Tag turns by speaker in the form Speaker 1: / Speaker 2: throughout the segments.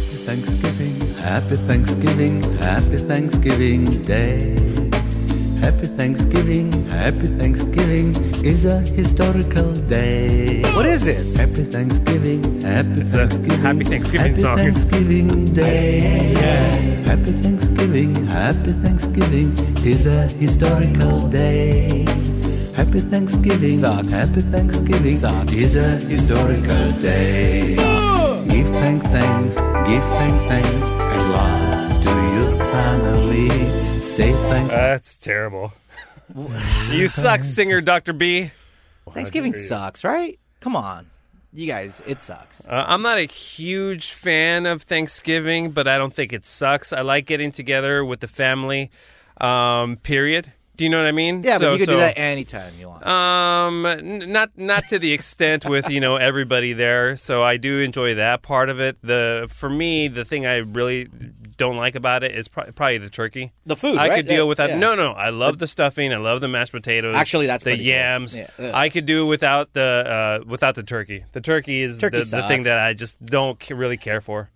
Speaker 1: Thanksgiving, happy Thanksgiving, happy Thanksgiving Day. Happy Thanksgiving, happy Thanksgiving is a historical day.
Speaker 2: What is this?
Speaker 1: Happy Thanksgiving, happy
Speaker 3: It's a
Speaker 1: Thanksgiving.
Speaker 3: happy Thanksgiving
Speaker 1: happy
Speaker 3: song.
Speaker 1: Thanksgiving Day. Happy Thanksgiving, happy Thanksgiving is a historical day. Happy Thanksgiving,
Speaker 2: Sucks.
Speaker 1: happy Thanksgiving
Speaker 2: Sucks.
Speaker 1: is a historical day. Give thanks, thanks, give thanks, thanks, and love to your family. Say thanks.
Speaker 3: That's terrible. you suck, singer Dr. B.
Speaker 2: Thanksgiving
Speaker 3: Wow, good for you.
Speaker 2: sucks, right? Come on. You guys, it sucks.
Speaker 3: Uh, I'm not a huge fan of Thanksgiving, but I don't think it sucks. I like getting together with the family. Um, period. Do you know what I mean?
Speaker 2: Yeah, but
Speaker 3: So-
Speaker 2: you could do
Speaker 3: so-
Speaker 2: that anytime you want.
Speaker 3: Um, n- not not to the extent with you know everybody there. So I do enjoy that part of it. The for me, the thing I really don't like about it is pro- probably the turkey.
Speaker 4: The food,
Speaker 3: I
Speaker 4: right?
Speaker 3: could deal
Speaker 4: Yeah,
Speaker 3: with that.
Speaker 4: yeah.
Speaker 3: No, no, I love the stuffing. I love the mashed potatoes.
Speaker 4: Actually, that's
Speaker 3: the
Speaker 4: pretty cool.
Speaker 3: yams.
Speaker 4: Yeah, yeah.
Speaker 3: I could do without the uh, without the turkey. The turkey is
Speaker 4: Turkey
Speaker 3: the, the thing
Speaker 4: sucks.
Speaker 3: that I just don't c- really care for.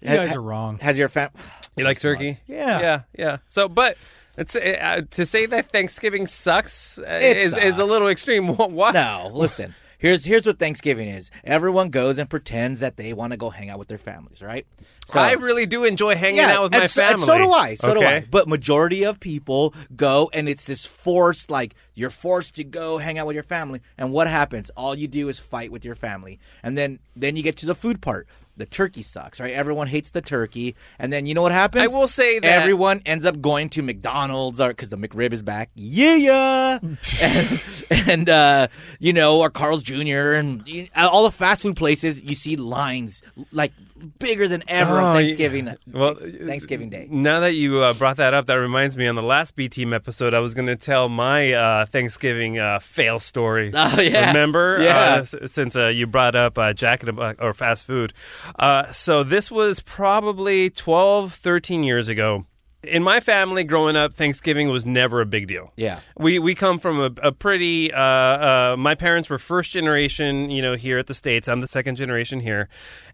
Speaker 5: You guys are wrong.
Speaker 4: Has your fam?
Speaker 3: You like turkey?
Speaker 5: Yeah.
Speaker 3: yeah, yeah. So, but. It's, uh, to say that Thanksgiving sucks, uh,
Speaker 2: It
Speaker 3: is, is a
Speaker 2: sucks.
Speaker 3: little extreme. Why?
Speaker 2: No, listen. Here's here's what Thanksgiving is. Everyone goes and pretends that they want to go hang out with their families, right? So
Speaker 3: I really do enjoy hanging out with
Speaker 2: and
Speaker 3: my
Speaker 2: so,
Speaker 3: family.
Speaker 2: And so do I. So do I.
Speaker 3: Okay.
Speaker 2: But majority of people go and it's this forced, like you're forced to go hang out with your family. And what happens? All you do is fight with your family. And then then you get to the food part. The turkey sucks, right? Everyone hates the turkey. And then you know what happens?
Speaker 3: I will say that-
Speaker 2: everyone ends up going to McDonald's or because the McRib is back. Yeah, yeah. and and uh, you know, or Carl's Jr. and you- all the fast food places. You see lines like bigger than ever
Speaker 3: Oh,
Speaker 2: on
Speaker 3: yeah.
Speaker 2: Thanksgiving.
Speaker 3: Well,
Speaker 2: Thanksgiving Day.
Speaker 3: Now that you uh, brought that up, that reminds me on the last B Team episode, I was going to tell my uh, Thanksgiving uh, fail story.
Speaker 2: Oh, yeah.
Speaker 3: Remember?
Speaker 2: Yeah.
Speaker 3: Uh, s- since uh, you brought up uh, Jack in the Box or fast food. Uh, so this was probably 12, 13 years ago. In my family growing up, Thanksgiving was never a big deal.
Speaker 2: Yeah.
Speaker 3: We we come from a, a pretty. Uh, uh, my parents were first generation, you know, here at the states. I'm the second generation here,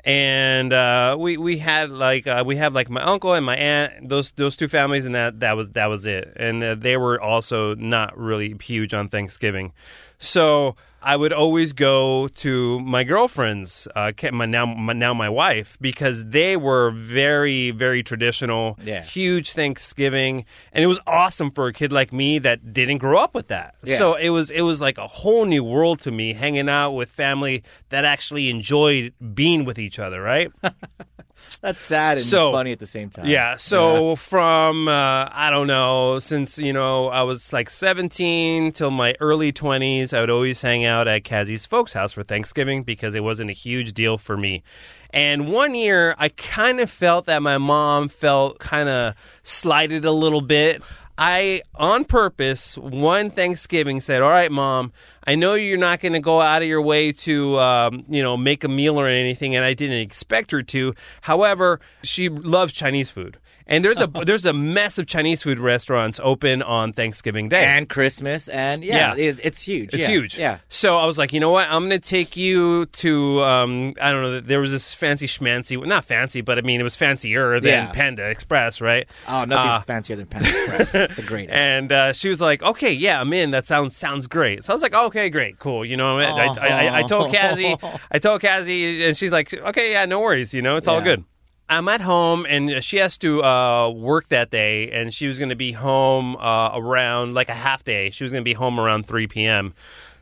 Speaker 3: and uh, we we had like uh, we have like my uncle and my aunt. Those those two families, and that that was that was it. And uh, they were also not really huge on Thanksgiving, so. I would always go to my girlfriend's, uh, ca- my, now my, now my wife, because they were very very traditional
Speaker 2: Yeah.
Speaker 3: huge Thanksgiving, and it was awesome for a kid like me that didn't grow up with that.
Speaker 2: Yeah.
Speaker 3: So it was it was like a whole new world to me, hanging out with family that actually enjoyed being with each other. Right?
Speaker 2: That's sad and
Speaker 3: So-
Speaker 2: funny at the same time.
Speaker 3: yeah. So from uh, I don't know, since you know I was like 17 till my early 20s, I would always hang out at Cassie's folks' house for Thanksgiving because it wasn't a huge deal for me. And one year, I kind of felt that my mom felt kind of slighted a little bit. I, on purpose, one Thanksgiving said, "All right, mom, I know you're not going to go out of your way to, um, you know, make a meal or anything, and I didn't expect her to. However, she loves Chinese food, and there's a there's a mess of Chinese food restaurants open on Thanksgiving Day.
Speaker 2: And Christmas and yeah, It, it's huge.
Speaker 3: It's
Speaker 2: yeah,
Speaker 3: huge.
Speaker 2: Yeah.
Speaker 3: So I was like, you know what? I'm gonna take you to um, I don't know. There was this fancy schmancy, not fancy, but I mean it was fancier than
Speaker 2: Yeah.
Speaker 3: Panda Express, right?
Speaker 2: Oh, nothing's
Speaker 3: Uh,
Speaker 2: fancier than Pan Express. the greatest.
Speaker 3: and uh, she was like, "Okay, yeah, I'm in. That sounds sounds great." So I was like, "Okay, great, cool." You know, I, I, I, I told Cassie, I told Cassie, and she's like, "Okay, yeah, no worries. You know, it's all
Speaker 2: Yeah.
Speaker 3: good." I'm at home, and she has to uh, work that day, and she was going to be home uh, around like a half day. She was going to be home around 3 p.m.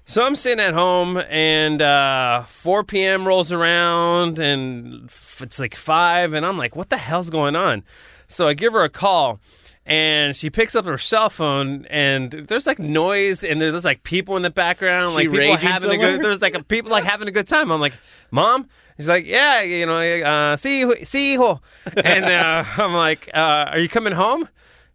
Speaker 3: So I'm sitting at home, and uh, 4 p.m. rolls around, and f- it's like 5, and I'm like, what the hell's going on? So I give her a call, and she picks up her cell phone, and there's like noise, and there's like people in the background, like people
Speaker 2: raging
Speaker 3: having a
Speaker 2: somewhere?
Speaker 3: good, there's like a, people like having a good time. I'm like, mom. She's like, yeah, you know, uh, see, you- see, you." and uh, I'm like, uh, are you coming home?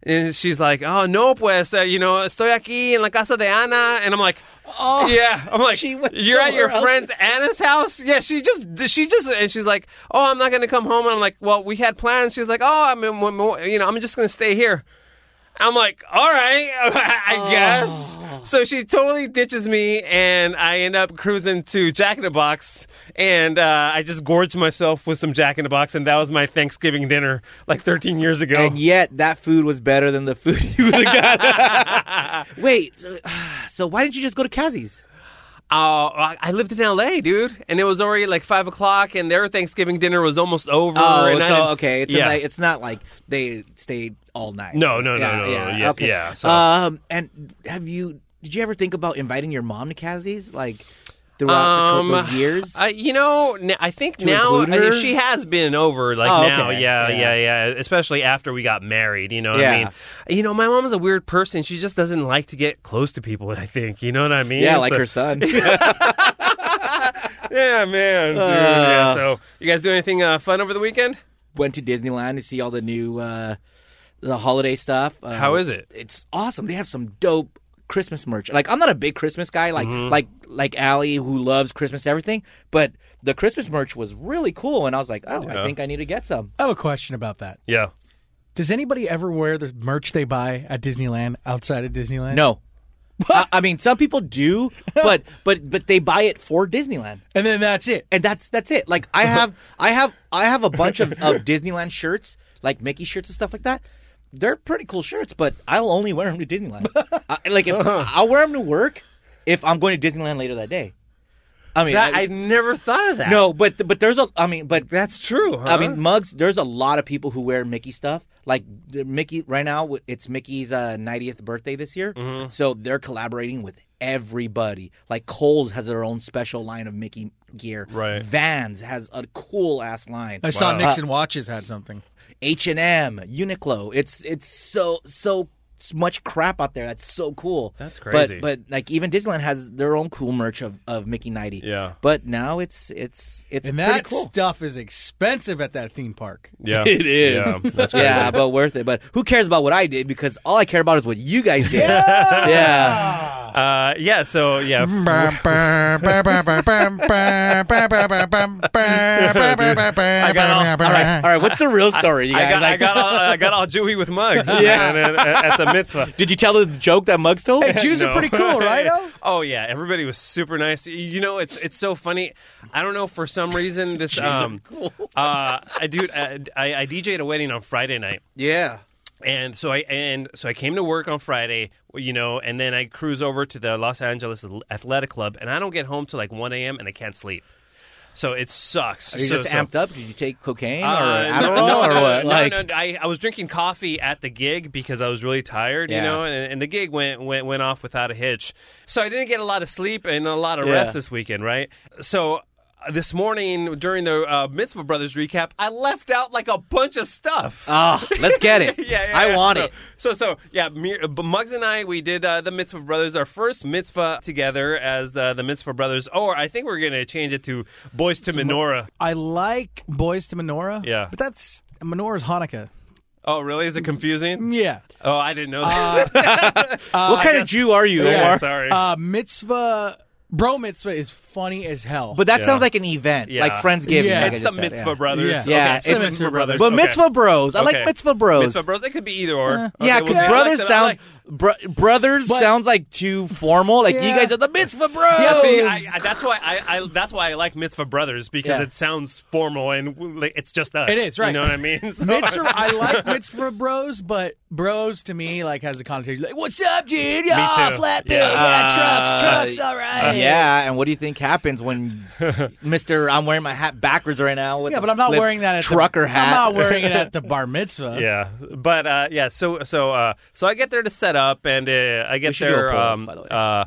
Speaker 3: And she's like, oh no, pues, uh, you know, estoy aquí en la casa de Ana, and I'm like. Oh yeah, I'm like
Speaker 2: she went
Speaker 3: you're at your
Speaker 2: somewhere else."
Speaker 3: friend's Anna's house. Yeah, she just she just and she's like, oh, I'm not gonna come home. And I'm like, well, we had plans. She's like, oh, I'm in, you know, I'm just gonna stay here. I'm like, all right, I guess. So she totally ditches me, and I end up cruising to Jack in the Box, and uh, I just gorged myself with some Jack in the Box, and that was my Thanksgiving dinner like 13 years ago.
Speaker 2: And yet, that food was better than the food you would have got. Wait, so, so why didn't you just go to Kazzy's?
Speaker 3: Uh, I- I lived in LA, dude, and it was already like five o'clock, and their Thanksgiving dinner was almost over.
Speaker 2: Oh,
Speaker 3: and I
Speaker 2: so
Speaker 3: didn't-
Speaker 2: okay. It's a
Speaker 3: yeah.
Speaker 2: night- it's not like they stayed all night.
Speaker 3: No, no, no, no, no, yeah,
Speaker 2: okay.
Speaker 3: yeah, so-
Speaker 2: Um, and have you? Did you ever think about inviting your mom to Kazzy's? Like throughout the
Speaker 3: Um,
Speaker 2: couple of years?
Speaker 3: I, you know, n- I think
Speaker 2: To
Speaker 3: now
Speaker 2: include her?
Speaker 3: I- she has been over like
Speaker 2: Oh,
Speaker 3: now,
Speaker 2: okay.
Speaker 3: yeah,
Speaker 2: Yeah.
Speaker 3: yeah, yeah, Especially after we got married, you know. What
Speaker 2: Yeah.
Speaker 3: I mean, you know, my mom's a weird person. She just doesn't like to get close to people. I think you know what I mean.
Speaker 2: yeah, like
Speaker 3: So-
Speaker 2: her son.
Speaker 3: Yeah, man. dude,
Speaker 2: Uh.
Speaker 3: yeah. So, you guys do anything uh, fun over the weekend?
Speaker 2: Went to Disneyland to see all the new uh, the holiday stuff. Uh,
Speaker 3: How is it?
Speaker 2: It's awesome. They have some dope Christmas merch. Like I'm not a big Christmas guy, like
Speaker 3: Mm-hmm.
Speaker 2: like like Allie who loves Christmas everything, but the Christmas merch was really cool, and I was like, oh, I
Speaker 3: Yeah.
Speaker 2: think I need to get some.
Speaker 5: I have a question about that.
Speaker 3: Yeah.
Speaker 5: Does anybody ever wear the merch they buy at Disneyland outside of Disneyland?
Speaker 2: No. I, I mean, some people do, but but but they buy it for Disneyland,
Speaker 5: And then that's it.
Speaker 2: and that's that's it. Like I have I have I have a bunch of, of Disneyland shirts, like Mickey shirts and stuff like that. They're pretty cool shirts, but I'll only wear them to Disneyland. I, like if
Speaker 5: Uh-huh.
Speaker 2: I'll wear them to work if I'm going to Disneyland later that day. I mean,
Speaker 3: That,
Speaker 2: I-
Speaker 3: I never thought of that.
Speaker 2: No, but but there's a. I mean, but
Speaker 3: That's true.
Speaker 2: I
Speaker 3: huh?
Speaker 2: mean, mugs. There's a lot of people who wear Mickey stuff. Like the Mickey right now, it's Mickey's uh, 90th birthday this year,
Speaker 3: Mm-hmm.
Speaker 2: so they're collaborating with everybody. Like Kohl's has their own special line of Mickey gear.
Speaker 3: Right.
Speaker 2: Vans has a cool ass line.
Speaker 5: I saw
Speaker 3: Wow.
Speaker 5: Nixon Watches had something.
Speaker 2: H and M, Uniqlo. It's it's so so much crap out there. That's so cool.
Speaker 3: That's crazy.
Speaker 2: But but like even Disneyland has their own cool merch of, of Mickey 90.
Speaker 3: Yeah.
Speaker 2: But now it's it's it's
Speaker 5: and
Speaker 2: pretty
Speaker 5: that
Speaker 2: cool.
Speaker 5: stuff is expensive at that theme park.
Speaker 3: yeah, it is. Yeah, that's crazy.
Speaker 2: yeah, but worth it. But who cares about what I did? Because all I care about is what you guys did. Yeah.
Speaker 3: Uh, yeah. So yeah,
Speaker 4: I
Speaker 3: got all-
Speaker 2: All right. All right. What's the real story, you guys?
Speaker 3: I got, I
Speaker 2: Like,
Speaker 3: got all I got all Jewy with mugs.
Speaker 2: Yeah.
Speaker 3: man, at, at the mitzvah.
Speaker 2: did you tell the joke that Muggs told?
Speaker 5: Hey, Jews
Speaker 3: No.
Speaker 5: are pretty cool, right? Oh?
Speaker 3: oh yeah, everybody was super nice. You know, it's it's so funny. I don't know for some reason this um uh I dude I, I, I DJ'd a wedding on Friday night.
Speaker 2: yeah.
Speaker 3: And so I and so I came to work on Friday, you know, and then I cruise over to the Los Angeles Athletic Club, and I don't get home till like one a.m. and I can't sleep, so it sucks.
Speaker 2: Are you
Speaker 3: so,
Speaker 2: just
Speaker 3: so-
Speaker 2: amped up? Did you take cocaine or
Speaker 3: Uh,
Speaker 2: Adderall
Speaker 3: no, no,
Speaker 2: or what?
Speaker 3: no,
Speaker 2: like,
Speaker 3: no, no, I, I was drinking coffee at the gig because I was really tired,
Speaker 2: Yeah.
Speaker 3: you know, and, and the gig went, went went off without a hitch. So I didn't get a lot of sleep and a lot of
Speaker 2: Yeah.
Speaker 3: rest this weekend, right? So uh, this morning during the uh, Mitzvah Brothers recap, I left out like a bunch of stuff.
Speaker 2: Ah, let's get it.
Speaker 3: yeah, yeah,
Speaker 2: I
Speaker 3: yeah.
Speaker 2: want
Speaker 3: so,
Speaker 2: it.
Speaker 3: So, so yeah, me, uh, B- Muggs and I, we did uh, the Mitzvah Brothers, our first mitzvah together as uh, the, the Mitzvah Brothers, or I think we're going to change it to Boys to Menorah.
Speaker 5: I like Boys to Menorah.
Speaker 3: Yeah.
Speaker 5: But that's Menorah's Hanukkah.
Speaker 3: Oh, really? Is it confusing?
Speaker 5: Yeah.
Speaker 3: Oh, I didn't know that.
Speaker 2: what kind of Jew are you,
Speaker 3: Yeah,
Speaker 2: Omar?
Speaker 3: sorry.
Speaker 5: Uh, mitzvah, bro mitzvah is funny as hell.
Speaker 2: But that
Speaker 3: Yeah.
Speaker 2: sounds like an event,
Speaker 3: Yeah.
Speaker 2: like Friendsgiving.
Speaker 5: Yeah.
Speaker 2: like I
Speaker 3: it's the
Speaker 2: just said,
Speaker 3: Mitzvah
Speaker 2: yeah.
Speaker 3: Brothers.
Speaker 5: Yeah.
Speaker 2: Yeah,
Speaker 3: okay, it's,
Speaker 2: it's the
Speaker 3: the
Speaker 5: Mitzvah
Speaker 3: Mitzvah
Speaker 5: Brothers.
Speaker 3: Brothers.
Speaker 2: But
Speaker 3: okay.
Speaker 2: Mitzvah Bros. I
Speaker 3: Okay.
Speaker 2: like Mitzvah Bros. Uh,
Speaker 3: Mitzvah Bros. It could be either or. Okay,
Speaker 2: yeah,
Speaker 3: we'll
Speaker 2: because
Speaker 3: mix it
Speaker 2: brothers
Speaker 3: up. I
Speaker 2: sounds
Speaker 3: like-
Speaker 2: bro- brothers sounds like too formal. Like you
Speaker 5: Yeah.
Speaker 2: guys are the mitzvah bros.
Speaker 5: Yeah,
Speaker 3: See, I, I, that's why I, I that's why I like Mitzvah Brothers because
Speaker 2: Yeah.
Speaker 3: it sounds formal and like, it's just us.
Speaker 5: It is,
Speaker 3: You
Speaker 5: right.
Speaker 3: know what I mean? So-
Speaker 5: mitzvah, I like mitzvah bros, but bros to me like has a connotation like "What's up, dude?
Speaker 2: Ah,
Speaker 5: Yeah,
Speaker 3: too.
Speaker 5: flat bill,
Speaker 3: Yeah.
Speaker 5: yeah, trucks,
Speaker 2: Uh,
Speaker 5: trucks, all right."
Speaker 2: Uh, yeah, and what do you think happens when Mister? I'm wearing my hat backwards right now. With
Speaker 5: Yeah, but
Speaker 2: the
Speaker 5: I'm not
Speaker 2: flip
Speaker 5: wearing that at
Speaker 2: trucker
Speaker 5: the,
Speaker 2: hat.
Speaker 5: I'm not wearing it at the bar mitzvah.
Speaker 3: yeah, but uh, yeah. So so uh, so I get there to set up, and uh, I get
Speaker 2: should do a
Speaker 3: there.
Speaker 2: poll,
Speaker 3: um,
Speaker 2: by the way.
Speaker 3: Uh,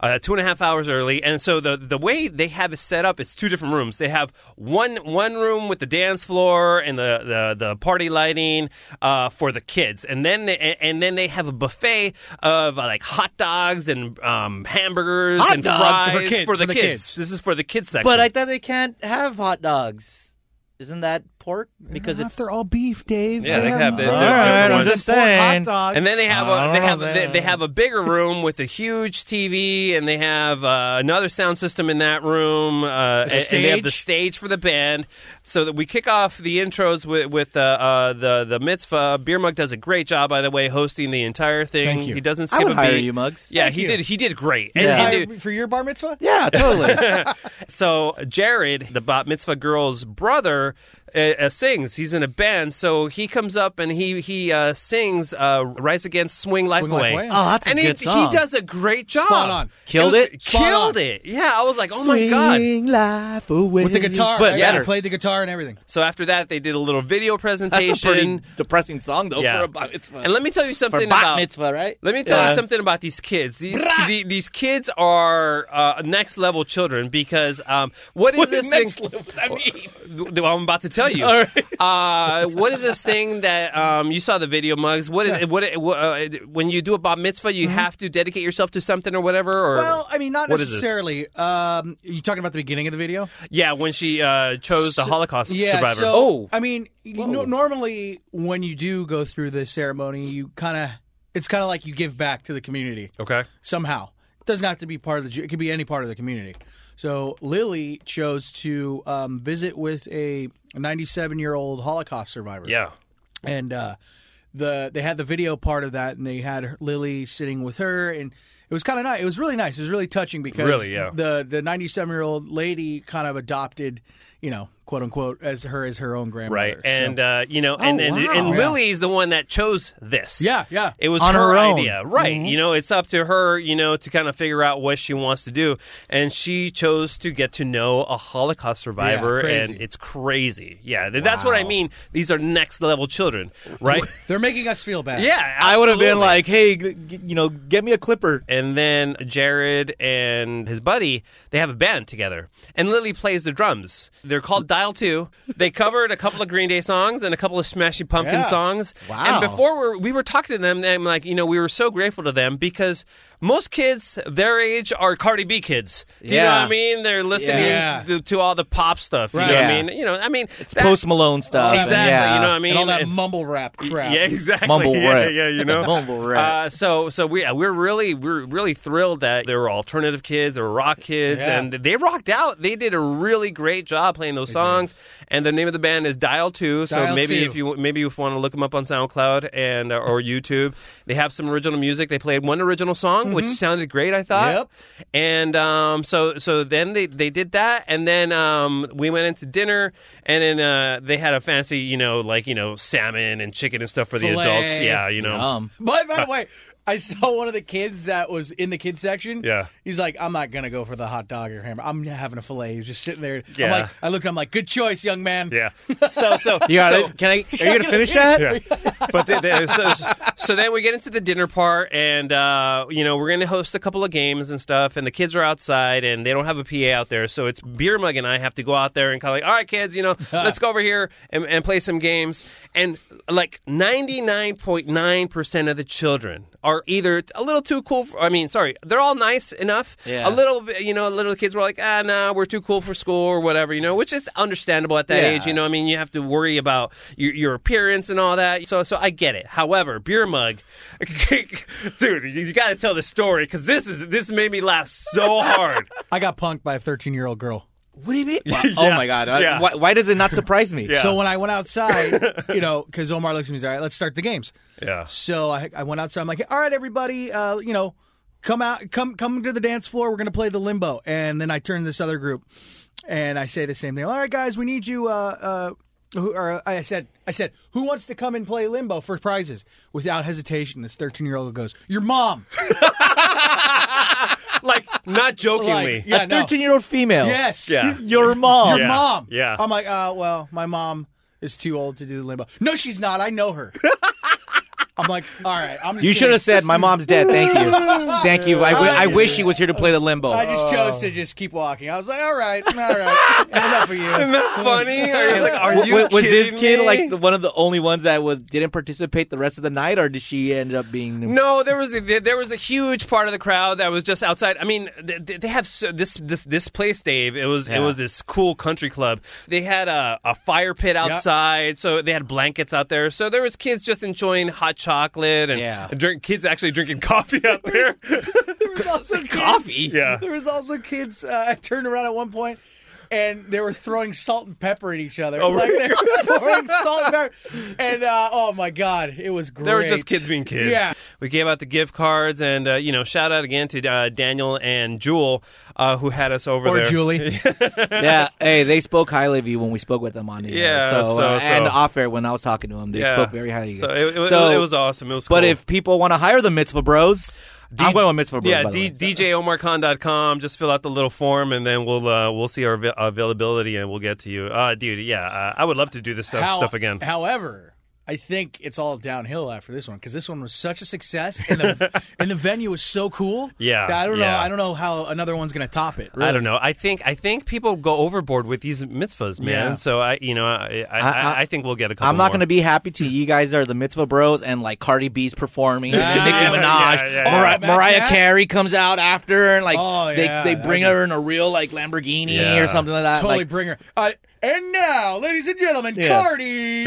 Speaker 3: uh, two and a half hours early, and so the the way they have it set up is two different rooms. They have one one room with the dance floor and the the, the party lighting uh, for the kids, and then they, and- and then they have a buffet of uh, like hot dogs and um, hamburgers
Speaker 5: Hot
Speaker 3: and
Speaker 5: dogs for
Speaker 3: fries
Speaker 5: kids,
Speaker 3: for the
Speaker 5: for the
Speaker 3: kids.
Speaker 5: kids.
Speaker 3: This is for the kids section.
Speaker 2: But I thought they can't have hot dogs. Isn't that pork? Because
Speaker 5: Not
Speaker 2: it's
Speaker 5: if they're all beef, Dave.
Speaker 3: Yeah, they have the-
Speaker 5: all
Speaker 3: they're- they're-
Speaker 5: right, I'm
Speaker 3: they're-
Speaker 5: just saying.
Speaker 3: And then they have a,
Speaker 5: I
Speaker 3: they
Speaker 5: don't
Speaker 3: have
Speaker 5: know,
Speaker 3: they, they have a bigger room with a huge TV, and they have uh, another sound system in that room. Uh, and, and they have the stage for the band, so that we kick off the intros with with uh, uh, the the mitzvah. Beer mug does a great job, by the way, hosting the entire thing.
Speaker 5: Thank you.
Speaker 3: He doesn't
Speaker 2: I
Speaker 3: skip
Speaker 2: would
Speaker 3: a
Speaker 2: hire
Speaker 3: beat.
Speaker 2: you, Muggs.
Speaker 3: Yeah,
Speaker 5: Thank
Speaker 3: he
Speaker 5: you.
Speaker 3: did. He did great. And
Speaker 2: Yeah.
Speaker 3: he
Speaker 5: Hi,
Speaker 3: did-
Speaker 5: for your bar mitzvah?
Speaker 2: Yeah, totally.
Speaker 3: so Jared, the bat mitzvah girl's brother, uh, uh, sings. He's in a band, so he comes up and he he uh, sings uh, "Rise Against Swing Life
Speaker 5: Swing Life
Speaker 3: Away."
Speaker 5: Away.
Speaker 2: Oh, that's a
Speaker 3: and
Speaker 2: good
Speaker 3: he,
Speaker 2: song.
Speaker 3: he does a great job.
Speaker 5: Spot on.
Speaker 2: Killed
Speaker 3: was-
Speaker 2: it?
Speaker 5: Spot
Speaker 3: Killed
Speaker 5: on.
Speaker 3: it. Yeah, I was like, oh my god.
Speaker 2: Swing life away.
Speaker 5: With the guitar,
Speaker 2: But
Speaker 5: right?
Speaker 2: yeah,
Speaker 5: He played the guitar and everything.
Speaker 3: So after that, they did a little video presentation.
Speaker 2: that's a pretty depressing song though
Speaker 3: Yeah.
Speaker 2: for a bat mitzvah.
Speaker 3: and let me tell you
Speaker 2: for
Speaker 3: something
Speaker 2: bat
Speaker 3: about
Speaker 2: mitzvah, right?
Speaker 3: Let me tell
Speaker 2: Yeah.
Speaker 3: you something about these kids. These the, these kids are uh, next level children because um, what is
Speaker 2: What
Speaker 3: this
Speaker 2: does next
Speaker 3: thing?
Speaker 2: level- I mean,
Speaker 3: Th- well, I'm about to tell you.
Speaker 2: All
Speaker 3: uh, what is this thing that um, you saw the video mugs? What is what? it- what uh, when you do a bat mitzvah,
Speaker 2: Mm-hmm.
Speaker 3: you have to dedicate yourself to something or whatever. Or
Speaker 5: Well, I mean, not
Speaker 3: What is this?
Speaker 5: necessarily. Um, you talking about the beginning of the video?
Speaker 3: yeah, when she uh, chose the Holocaust
Speaker 5: Yeah.
Speaker 3: survivor.
Speaker 5: So,
Speaker 2: Oh.
Speaker 5: I mean, you know, normally when you do go through this ceremony, you kind of it's kind of like you give back to the community
Speaker 3: okay.
Speaker 5: somehow. It doesn't have to be part of the. Jew- It could be any part of the community. So Lily chose to um, visit with a 97 year old Holocaust survivor.
Speaker 3: Yeah.
Speaker 5: and uh, the they had the video part of that, and they had her- Lily sitting with her, and it was kind of nice. It was really nice. It was really touching because
Speaker 3: Really, yeah.
Speaker 5: the the ninety seven year old lady kind of adopted, you know, quote unquote, as her as her own grandmother.
Speaker 3: Right.
Speaker 5: So-
Speaker 3: And uh, you know, and and,
Speaker 2: Oh, wow.
Speaker 3: and
Speaker 2: Yeah.
Speaker 3: Lily's the one that chose this.
Speaker 5: Yeah, yeah.
Speaker 3: It was
Speaker 2: On her own. Mm-hmm.
Speaker 3: idea. Right. You know, it's up to her, you know, to kind of figure out what she wants to do. And she chose to get to know a Holocaust survivor
Speaker 5: crazy.
Speaker 3: and it's crazy. Yeah. th- That's what I mean. These are next level children, right?
Speaker 5: they're making us feel bad.
Speaker 3: yeah.
Speaker 2: I would have been
Speaker 3: absolutely.
Speaker 2: like, hey, g- g- you know, get me a clipper.
Speaker 3: and then Jared and his buddy, they have a band together. And Lily plays the drums. They're called Dial 2. They covered a couple of Green Day songs and a couple of Smashing Pumpkin
Speaker 5: Yeah.
Speaker 3: songs.
Speaker 5: Wow.
Speaker 3: And before we were, we were talking to them, and I'm like, you know, we were so grateful to them because most kids their age are Cardi B kids. Do you know
Speaker 2: Yeah.
Speaker 3: what I mean? They're listening
Speaker 5: Yeah.
Speaker 3: to, to all the pop stuff. You
Speaker 5: Right.
Speaker 3: know what
Speaker 2: Yeah.
Speaker 3: I mean? You know, I mean, it's
Speaker 2: Post Malone stuff. and
Speaker 3: Exactly.
Speaker 2: yeah.
Speaker 3: You know what I mean?
Speaker 5: and all that mumble rap crap.
Speaker 3: Yeah, exactly.
Speaker 2: Mumble
Speaker 3: yeah,
Speaker 2: rap.
Speaker 3: Yeah, you know,
Speaker 2: Mumble rap.
Speaker 3: Uh, so, so we yeah, we're really we're really thrilled that there were alternative kids, there were rock kids,
Speaker 5: Yeah.
Speaker 3: and they rocked out. They did a really great job playing those songs. And the name of the band is Dial Two. So
Speaker 5: Dial
Speaker 3: maybe
Speaker 5: 2.
Speaker 3: if you maybe if you want to look them up on SoundCloud and uh, or YouTube, they have some original music. They played one original song, which sounded great. I thought.
Speaker 5: Mm-hmm. Yep.
Speaker 3: And um, so so then they, they did that, and then um, we went into dinner, and then uh, they had a fancy you know like you know salmon and chicken and stuff for the
Speaker 5: Filet.
Speaker 3: adults. Yeah, you know.
Speaker 2: Um,
Speaker 5: But by the way, I saw one of the kids that was in the kids section.
Speaker 3: Yeah.
Speaker 5: He's like, I'm not gonna go for the hot dog or hamburger. I'm having a fillet. He was just sitting there. I'm
Speaker 3: Yeah.
Speaker 5: like, I looked. I'm like, good choice, young man.
Speaker 3: Yeah. So so
Speaker 2: you got
Speaker 3: so,
Speaker 2: it. Can I? Are you gonna finish that?
Speaker 3: Yeah. but the, the, so, so then we get into the dinner part, and uh, you know we're going to host a couple of games and stuff, and the kids are outside, and they don't have a PA out there, so it's beer mug and I have to go out there and kind of like, all right, kids, you know, let's go over here and, and play some games, and like ninety nine point nine percent of the children are either a little too cool. For, I mean, sorry, they're all nice enough,
Speaker 2: Yeah.
Speaker 3: a little bit, you know, little kids were like, ah, no, we're too cool for school or whatever, you know, which is understandable at that
Speaker 2: Yeah.
Speaker 3: age, you know. I mean, you have to worry about your, your appearance and all that. So, so I get it. However, beer mug, dude, you got to tell the story because this is this made me laugh so hard.
Speaker 5: I got punked by a 13 year old girl.
Speaker 2: What do you mean? Oh my god! I-
Speaker 3: Yeah.
Speaker 2: Why, why does it not surprise me?
Speaker 5: So when I went outside, you know, because Omar looks at me, he's all right, let's start the games.
Speaker 3: yeah,
Speaker 5: So I, I went outside. I'm like, all right, everybody, uh, you know, come out, come, come to the dance floor. We're gonna play the limbo. And then I turn to this other group, and I say the same thing. All right, guys, we need you. Uh, uh, who, or I said, I said, who wants to come and play limbo for prizes? Without hesitation, this 13 year old goes, your mom.
Speaker 3: like not jokingly.
Speaker 5: Like, yeah,
Speaker 2: a
Speaker 5: no.
Speaker 2: thirteen-year-old female.
Speaker 5: Yes.
Speaker 3: Yeah.
Speaker 2: Your mom.
Speaker 5: Your mom. Oh,
Speaker 3: yeah.
Speaker 5: I'm like, uh, well, my mom is too old to do the limbo. No, she's not. I know her. I'm like, all right, I'm just
Speaker 2: You should
Speaker 5: gonna-
Speaker 2: have said, "My mom's dead." Thank you, thank you. I, w- I wish she was here to play the limbo.
Speaker 5: I
Speaker 3: Oh.
Speaker 5: just chose to just keep walking. I was like, all right, all right, enough of you.
Speaker 3: funny? I was like, are
Speaker 2: W-
Speaker 3: you
Speaker 2: w- was this
Speaker 3: kidding
Speaker 2: kid
Speaker 3: me?
Speaker 2: like the, one of the only ones that was didn't participate the rest of the night, or did she end up being?
Speaker 3: No, there was a, there was a huge part of the crowd that was just outside. I mean, they, they have so, this this this place, Dave. It was
Speaker 2: Yeah.
Speaker 3: it was this cool country club. They had a, a fire pit outside, so they had blankets out there. So there was kids just enjoying hot chocolate and
Speaker 2: Yeah.
Speaker 3: drink kids actually drinking coffee out there.
Speaker 5: There was also kids,
Speaker 2: Coffee?
Speaker 3: Yeah.
Speaker 5: There was also kids. Uh, I turned around at one point, and they were throwing salt and pepper at each other. Oh, like they were throwing salt and pepper. And uh, oh my god, it was great.
Speaker 3: They were just kids being kids.
Speaker 5: Yeah.
Speaker 3: We gave out the gift cards, and uh, you know, shout out again to uh, Daniel and Jewel, uh, who had us over
Speaker 5: Or
Speaker 3: there.
Speaker 5: Julie.
Speaker 2: yeah. Hey, they spoke highly of you when we spoke with them on air.
Speaker 3: Yeah,
Speaker 2: So,
Speaker 3: so-
Speaker 2: uh, and
Speaker 3: so-
Speaker 2: off air when I was talking to them, they
Speaker 3: Yeah.
Speaker 2: spoke very highly of you.
Speaker 3: So
Speaker 2: guys.
Speaker 3: it, it, it was awesome. It was.
Speaker 2: But
Speaker 3: cool.
Speaker 2: if people want to hire the Mitzvah Bros, i I'm going with Mitzvah Bros.
Speaker 3: yeah,
Speaker 2: by the
Speaker 3: D-
Speaker 2: way.
Speaker 3: DJOmarCon.com. Just fill out the little form, and then we'll uh, we'll see our avail- availability, and we'll get to you, uh, dude. Yeah, uh, I would love to do this stuff,
Speaker 5: How-
Speaker 3: stuff again.
Speaker 5: However, I think it's all downhill after this one because this one was such a success, and the and the venue was so cool.
Speaker 3: Yeah,
Speaker 5: that I don't know.
Speaker 3: yeah.
Speaker 5: I don't know how another one's gonna top it.
Speaker 3: I don't know. I think I think people go overboard with these mitzvahs, man.
Speaker 5: Yeah.
Speaker 3: So I, you know, I I,
Speaker 2: I-
Speaker 3: I, I think we'll get a couple.
Speaker 2: I'm not
Speaker 3: more.
Speaker 2: going to be happy till you guys are the Mitzvah Bros and like Cardi B's performing, and Nicki Minaj,
Speaker 3: yeah, yeah, yeah.
Speaker 2: Mari-
Speaker 5: Oh,
Speaker 2: Mariah
Speaker 5: imagine that.
Speaker 2: Carey comes out after, and like
Speaker 5: Oh, yeah,
Speaker 2: they they
Speaker 5: that
Speaker 2: bring
Speaker 5: would be-
Speaker 2: her in a real like Lamborghini
Speaker 3: Yeah.
Speaker 2: or something like that.
Speaker 5: Totally
Speaker 2: like,
Speaker 5: bring her. Uh, and now, ladies and gentlemen,
Speaker 2: Yeah.
Speaker 5: Cardi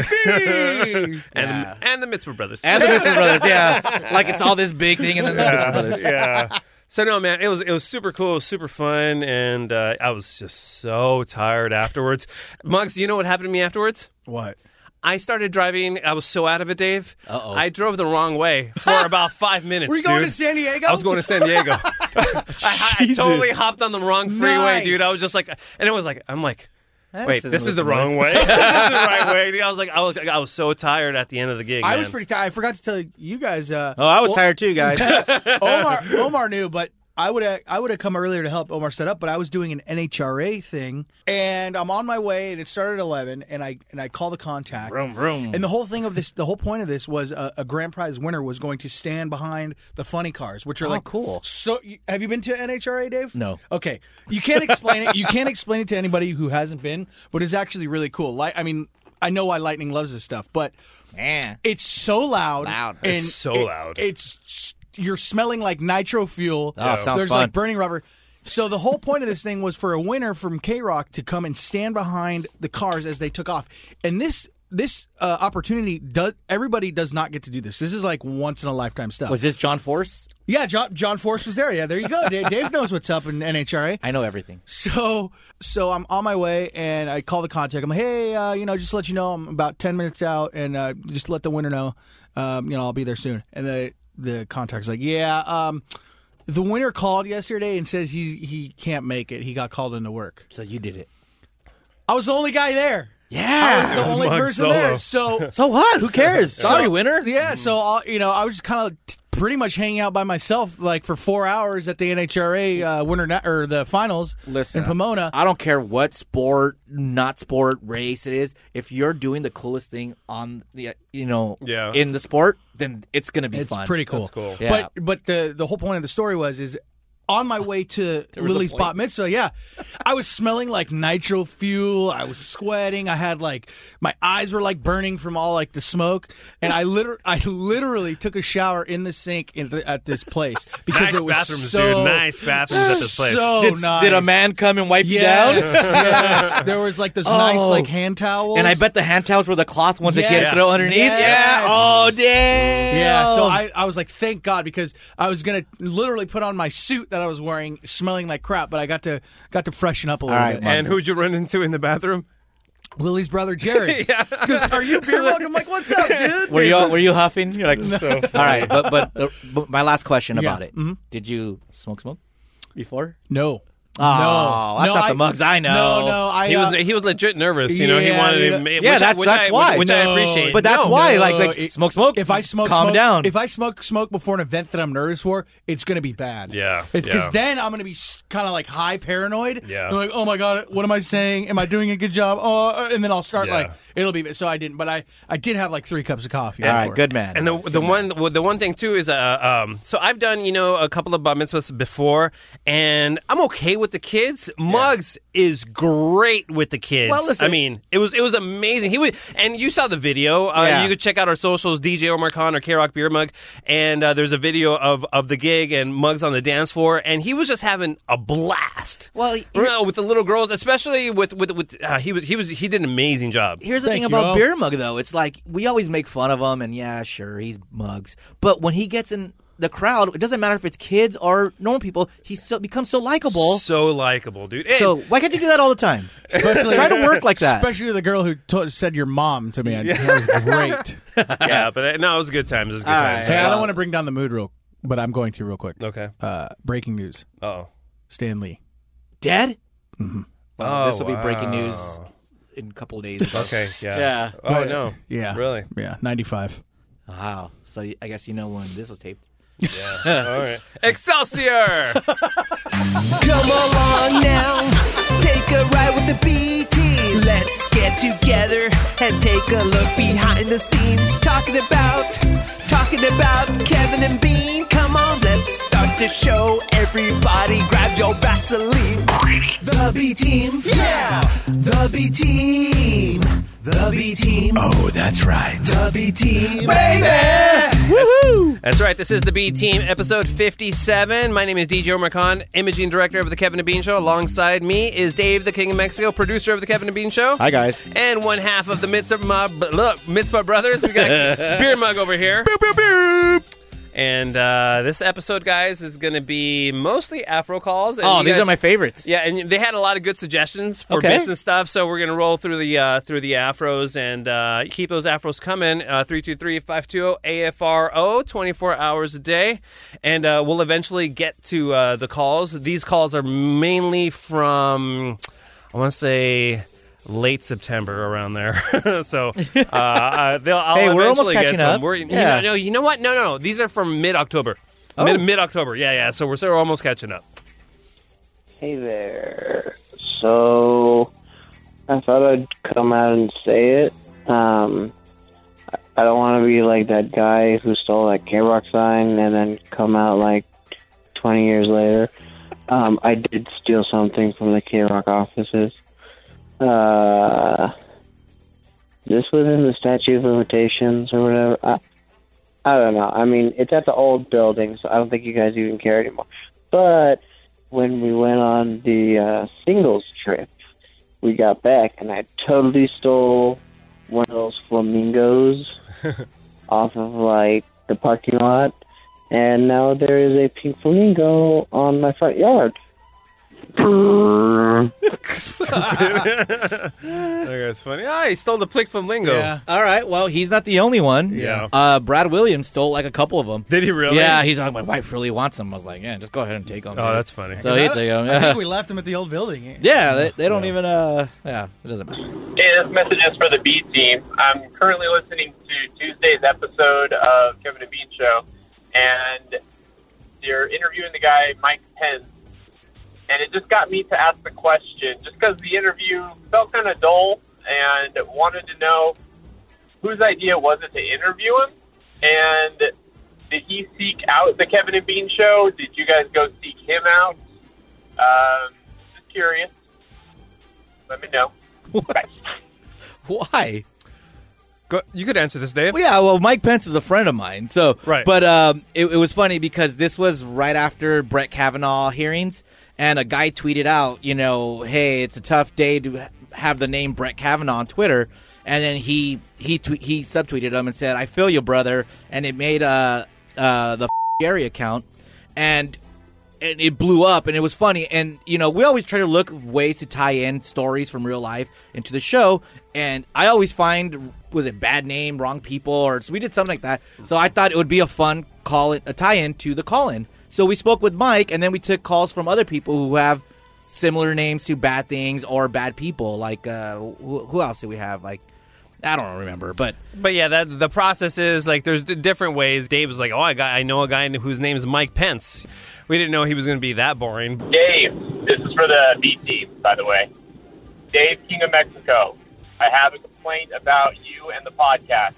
Speaker 5: B.
Speaker 3: And,
Speaker 2: Yeah.
Speaker 3: the, and the mitzvah brothers.
Speaker 2: and the Mitzvah Brothers, yeah, like it's all this big thing, and then the Mitzvah Brothers.
Speaker 3: yeah. So no, man, it was it was super cool, it was super fun, and uh, I was just so tired afterwards. Muggs, do you know what happened to me afterwards?
Speaker 5: what?
Speaker 3: I started driving. I was so out of it, Dave.
Speaker 2: Uh-oh.
Speaker 3: I drove the wrong way for about five minutes.
Speaker 5: Were you going
Speaker 3: dude.
Speaker 5: to San Diego?
Speaker 3: I was going to San Diego. I, I- I totally hopped on the wrong freeway,
Speaker 5: Nice.
Speaker 3: dude. I was just like, and it was like, I'm like, wait,
Speaker 2: isn't
Speaker 3: this is the
Speaker 2: looking
Speaker 3: wrong way. this is the right way. dude. I was like, I was, I was so tired at the end of the gig.
Speaker 5: I
Speaker 3: man.
Speaker 5: was pretty tired. I forgot to tell you guys. Uh,
Speaker 2: Oh, I was tired too, guys.
Speaker 5: Omar Omar knew, but I would have I would have come earlier to help Omar set up, but I was doing an NHRA thing and I'm on my way and it started at 11 and I and I call the contact.
Speaker 2: Vroom, vroom.
Speaker 5: And the whole thing of this the whole point of this was a, a grand prize winner was going to stand behind the funny cars, which are
Speaker 2: Oh,
Speaker 5: like
Speaker 2: cool.
Speaker 5: So you- have you been to NHRA, Dave?
Speaker 2: No.
Speaker 5: Okay. You can't explain it. You can't explain it to anybody who hasn't been, but it's actually really cool. Like I mean, I know why Lightning loves this stuff, but
Speaker 2: Yeah.
Speaker 5: it's so loud.
Speaker 2: Loud.
Speaker 5: and
Speaker 3: It's so
Speaker 5: it-
Speaker 3: loud.
Speaker 5: It's s- you're smelling like nitro fuel.
Speaker 2: Oh, sounds
Speaker 5: There's
Speaker 2: fun.
Speaker 5: like burning rubber. So the whole point of this thing was for a winner from K Rock to come and stand behind the cars as they took off. And this this uh, opportunity does everybody does not get to do this. This is like once in a lifetime stuff.
Speaker 2: Was this John Force?
Speaker 5: yeah, John John Force was there. Yeah, there you go. Dave, Dave knows what's up in NHRA.
Speaker 2: I know everything.
Speaker 5: So, so I'm on my way, and I call the contact. I'm like, hey, uh, you know, just to let you know, I'm about ten minutes out, and uh, just let the winner know, um, you know, I'll be there soon. And the the contact's like, yeah, um, the winner called yesterday and says he he can't make it. He got called into work.
Speaker 2: So you did it.
Speaker 5: I was the only guy there. I was
Speaker 2: Yeah.
Speaker 5: the only
Speaker 3: Mug
Speaker 5: person there. So
Speaker 2: So what? Who cares? Sorry, winner.
Speaker 5: yeah, so I'll, you know, I was kind of t- pretty much hanging out by myself like for four hours at the NHRA uh, winter na- or the finals
Speaker 2: Listen,
Speaker 5: in Pomona.
Speaker 2: I don't care what sport, not sport, race it is. If you're doing the coolest thing on the, you know,
Speaker 3: Yeah.
Speaker 2: in the sport, then it's gonna be
Speaker 5: It's
Speaker 2: fun.
Speaker 5: pretty cool.
Speaker 3: cool.
Speaker 2: Yeah.
Speaker 5: But but the the whole point of the story was is on my way to
Speaker 2: was a
Speaker 5: Lily's
Speaker 2: point.
Speaker 5: bat mitzvah, yeah, I was smelling like nitro fuel. I was sweating. I had like my eyes were like burning from all like the smoke, and I liter- I literally took a shower in the sink in the, at this place because
Speaker 3: nice
Speaker 5: it was
Speaker 3: bathrooms,
Speaker 5: so
Speaker 3: dude. Nice bathrooms at this place.
Speaker 5: so
Speaker 2: Did,
Speaker 5: nice.
Speaker 2: did a man come and wipe you down?
Speaker 5: Yes, yes. There was like those nice
Speaker 2: Oh.
Speaker 5: like hand towels,
Speaker 2: And I bet the hand towels were the cloth ones that you had
Speaker 5: Yes.
Speaker 2: to throw underneath.
Speaker 5: Yes.
Speaker 2: Yeah. Oh damn.
Speaker 5: Yeah, so I, I was like, thank God, because I was gonna literally put on my suit that I was wearing, smelling like crap, but I got to got to freshen up a little
Speaker 2: right,
Speaker 5: bit.
Speaker 3: and who'd you run into in the bathroom?
Speaker 5: Lily's brother Jerry, because are you beer mug? I'm like, what's up, dude?
Speaker 2: were you were you huffing? You're like, all right. But but, the, but my last question about it. Did you smoke smoke before?
Speaker 5: Mm-hmm. No,
Speaker 2: Oh, that's
Speaker 5: No,
Speaker 2: not
Speaker 5: I-
Speaker 2: the mugs I know.
Speaker 5: No, no, I.
Speaker 3: he was
Speaker 5: uh,
Speaker 3: he was legit nervous. You know, he
Speaker 5: yeah,
Speaker 3: wanted
Speaker 5: dude.
Speaker 3: him.
Speaker 2: Yeah,
Speaker 3: which I-
Speaker 2: that's-
Speaker 3: which
Speaker 2: that's
Speaker 3: I,
Speaker 2: why.
Speaker 3: Which I
Speaker 5: No.
Speaker 3: appreciate.
Speaker 2: But that's
Speaker 3: No.
Speaker 2: why,
Speaker 5: no,
Speaker 2: like, like
Speaker 5: it-
Speaker 2: smoke, smoke.
Speaker 5: If I smoke,
Speaker 2: calm
Speaker 5: smoke-
Speaker 2: down.
Speaker 5: If I smoke smoke before an event that I'm nervous for, it's gonna be bad.
Speaker 3: Yeah,
Speaker 5: it's because
Speaker 3: yeah.
Speaker 5: then I'm gonna be kind of like high paranoid.
Speaker 3: Yeah.
Speaker 5: I'm like, oh my god, what am I saying? Am I doing a good job? Oh, and then I'll start
Speaker 3: Yeah.
Speaker 5: like it'll be. So I didn't, but I I did have like three cups of coffee.
Speaker 2: All
Speaker 5: before.
Speaker 2: right, good man.
Speaker 3: And the the one well, the one thing too is uh, um so I've done you know a couple of bat mitzvahs before and I'm okay with the kids. Muggs is great with the kids.
Speaker 2: Well, listen-
Speaker 3: I mean, it was it was amazing. He was and you saw the video. Uh,
Speaker 2: Yeah.
Speaker 3: You could check out our socials, DJ Omar Khan or K Rock Beer Mug, and uh, there's a video of of the gig and Muggs on the dance floor, and he was just having a blast.
Speaker 2: Well, he-
Speaker 3: Remember, with the little girls, especially with with with uh, he was he was he did an amazing job.
Speaker 2: Here's the
Speaker 5: Thank
Speaker 2: thing
Speaker 5: you
Speaker 2: about
Speaker 5: all.
Speaker 2: Beer Mug, though. It's like we always make fun of him, and yeah, sure, he's mugs. But when he gets in the crowd, it doesn't matter if it's kids or normal people. He so, becomes so likable.
Speaker 3: So likable, dude. And-
Speaker 2: So why can't you do that all the time? Try to work like that.
Speaker 5: Especially the girl who to said your mom to me. I- That was great.
Speaker 3: yeah, but uh, no, it was good times. It was good uh,
Speaker 2: All
Speaker 3: times.
Speaker 5: hey, I
Speaker 2: Well-
Speaker 5: don't want to bring down the mood real, but I'm going to real quick.
Speaker 3: Okay.
Speaker 5: Uh, breaking news:
Speaker 3: Oh.
Speaker 5: Stan Lee. Mm-hmm.
Speaker 2: Dead. Well,
Speaker 3: Oh,
Speaker 2: this will be breaking news
Speaker 3: wow.
Speaker 2: in a couple days. Ago.
Speaker 3: Okay. Yeah.
Speaker 2: Yeah.
Speaker 3: Oh
Speaker 5: But-
Speaker 3: no.
Speaker 5: Yeah.
Speaker 3: Really.
Speaker 5: Yeah. Ninety-five.
Speaker 2: Wow. So y- I guess you know when this was taped.
Speaker 3: All right. Excelsior.
Speaker 6: Come along now, take a ride with the BT. Let's get together and take a look behind the scenes. Talking about, talking about Kevin and Bean. Come on, let's start the show. Everybody grab your Vaseline. The B team, yeah! The B team, the B team. Oh, that's right. The B team, baby!
Speaker 3: That's right. This is the B Team, episode fifty-seven. My name is DJ Omar Khan, imaging director of the Kevin and Bean Show. Alongside me is Dave, the King of Mexico, producer of the Kevin and Bean Show.
Speaker 2: Hi guys.
Speaker 3: And one half of the Mitzvah, look, Mitzvah Brothers. We got a beer mug over here.
Speaker 2: Oh,
Speaker 3: And uh, this episode, guys, is going to be mostly Afro calls. And
Speaker 2: Oh,
Speaker 3: you
Speaker 2: these
Speaker 3: guys-
Speaker 2: are my favorites.
Speaker 3: Yeah, and they had a lot of good suggestions for
Speaker 2: Okay.
Speaker 3: bits and stuff. So we're gonna roll through the uh, through the afros and uh, keep those afros coming. uh, Three two three five two zero AFRO twenty four hours a day, and uh, we'll eventually get to uh, the calls. These calls are mainly from I want to say. Late September, around there. so, uh, uh, they'll, I'll
Speaker 2: Hey, we're almost
Speaker 3: eventually get
Speaker 2: catching
Speaker 3: to 'em.
Speaker 2: up.
Speaker 3: We're,
Speaker 2: Yeah. Oh.
Speaker 3: you know, no, you know what? No, no, no. These are from mid October. Mid Mid October. Yeah, yeah. So we're, so we're almost catching up.
Speaker 7: Hey there. So, I thought I'd come out and say it. Um, I- I don't want to be like that guy who stole that K Rock sign and then come out like 20 years later. Um, I did steal something from the K Rock offices. Uh, this was in the statute of limitations or whatever. I, I don't know. I mean, it's at the old building, so I don't think you guys even care anymore. But when we went on the uh, singles trip, we got back and I totally stole one of those flamingos off of like the parking lot, and now there is a pink flamingo on my front yard.
Speaker 3: That guy's funny. Ah, he stole the plick from Lingo.
Speaker 5: Yeah.
Speaker 2: All right. Well, he's not the only one.
Speaker 3: Yeah.
Speaker 2: Uh, Brad Williams stole like a couple of them.
Speaker 3: Did he really?
Speaker 2: Yeah. He's like, my wife really wants them. I was like, yeah, just go ahead and take them.
Speaker 3: Oh, that's funny.
Speaker 2: So he took them.
Speaker 5: I
Speaker 2: Yeah.
Speaker 5: think we left him at the old building.
Speaker 2: Yeah, they, they don't even. uh Yeah, it doesn't matter.
Speaker 8: Hey, this message is for the B team. I'm currently listening to Tuesday's episode of Kevin and Bean Show, and they're interviewing the guy Mike Pence, and it just got me to ask the question, just because the interview felt kind of dull, and wanted to know whose idea was it to interview him, and did he seek out the Kevin and Bean Show? Did you guys go seek him out? Um, just curious. Let me know.
Speaker 2: Why?
Speaker 3: Go, you could answer this, Dave.
Speaker 2: Well, yeah, well, Mike Pence is a friend of mine. So,
Speaker 3: Right.
Speaker 2: But um, it, it was funny because this was right after Brett Kavanaugh hearings, and a guy tweeted out, you know, hey, it's a tough day to ha- have the name Brett Kavanaugh on Twitter. And then he he tweet, he subtweeted him and said, "I feel you, brother." And it made uh uh the Gary account, and and it blew up and it was funny and you know we always try to look ways to tie in stories from real life into the show and i always find was it bad name wrong people or so we did something like that so i thought it would be a fun call a tie-in to the call-in so we spoke with mike and then we took calls from other people who have similar names to bad things or bad people. Like uh, who, who else do we have? Like I don't remember, but
Speaker 3: But yeah, that the process is like there's d- different ways. Dave was like, "Oh, I got I know a guy whose name is Mike Pence." We didn't know he was going to be that boring.
Speaker 8: Dave, this is for the B team, by the way. Dave, King of Mexico, I have a complaint about you and the podcast.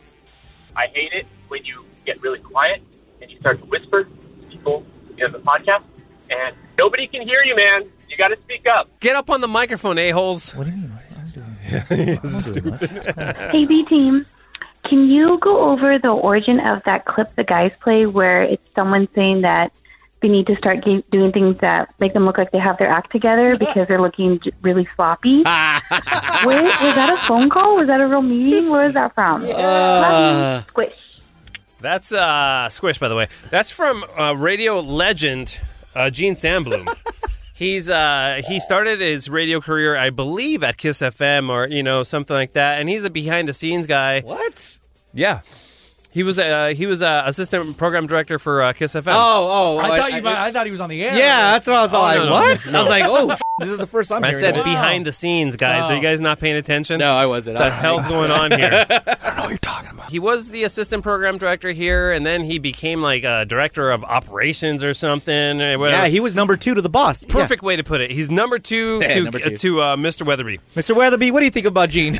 Speaker 8: I hate it when you get really quiet and you start to whisper to people in the podcast, and nobody can hear you, man. You got to speak up.
Speaker 3: Get up on the microphone, a holes.
Speaker 9: Hey, B team, can you go over the origin of that clip the guys play where it's someone saying that they need to start ga- doing things that make them look like they have their act together because they're looking j- really sloppy? Wait, was that a phone call? Was that a real meeting? Where was that from? Love you. Squish.
Speaker 3: That's uh Squish, by the way. That's from uh, radio legend uh, Gene Sandblum. He's uh he started his radio career, I believe, at Kiss FM or you know something like that, and he's a behind the scenes guy.
Speaker 2: what?
Speaker 3: Yeah, he was uh he was uh, assistant program director for uh, Kiss FM.
Speaker 2: Oh, oh,
Speaker 5: I thought you. might- I thought he was on the air. oh,
Speaker 2: yeah, that's what I was all like.
Speaker 3: Oh, no, no,
Speaker 2: what? I was like, oh, this is the first time.
Speaker 3: I
Speaker 2: hearing
Speaker 3: said
Speaker 2: it.
Speaker 3: behind the scenes, guys. Are you guys not paying attention?
Speaker 2: No, I wasn't.
Speaker 3: the hell's going on here?
Speaker 5: I don't know what you're talking about.
Speaker 3: he was the assistant program director here, and then he became like a director of operations or something. Or whatever.
Speaker 2: Yeah, he was number two to the boss. Yeah.
Speaker 3: Perfect way to put it. He's number two
Speaker 2: Yeah,
Speaker 3: to
Speaker 2: number two.
Speaker 3: to uh, Mr. Weatherby.
Speaker 2: Mr. Weatherby, what do you think about Gene?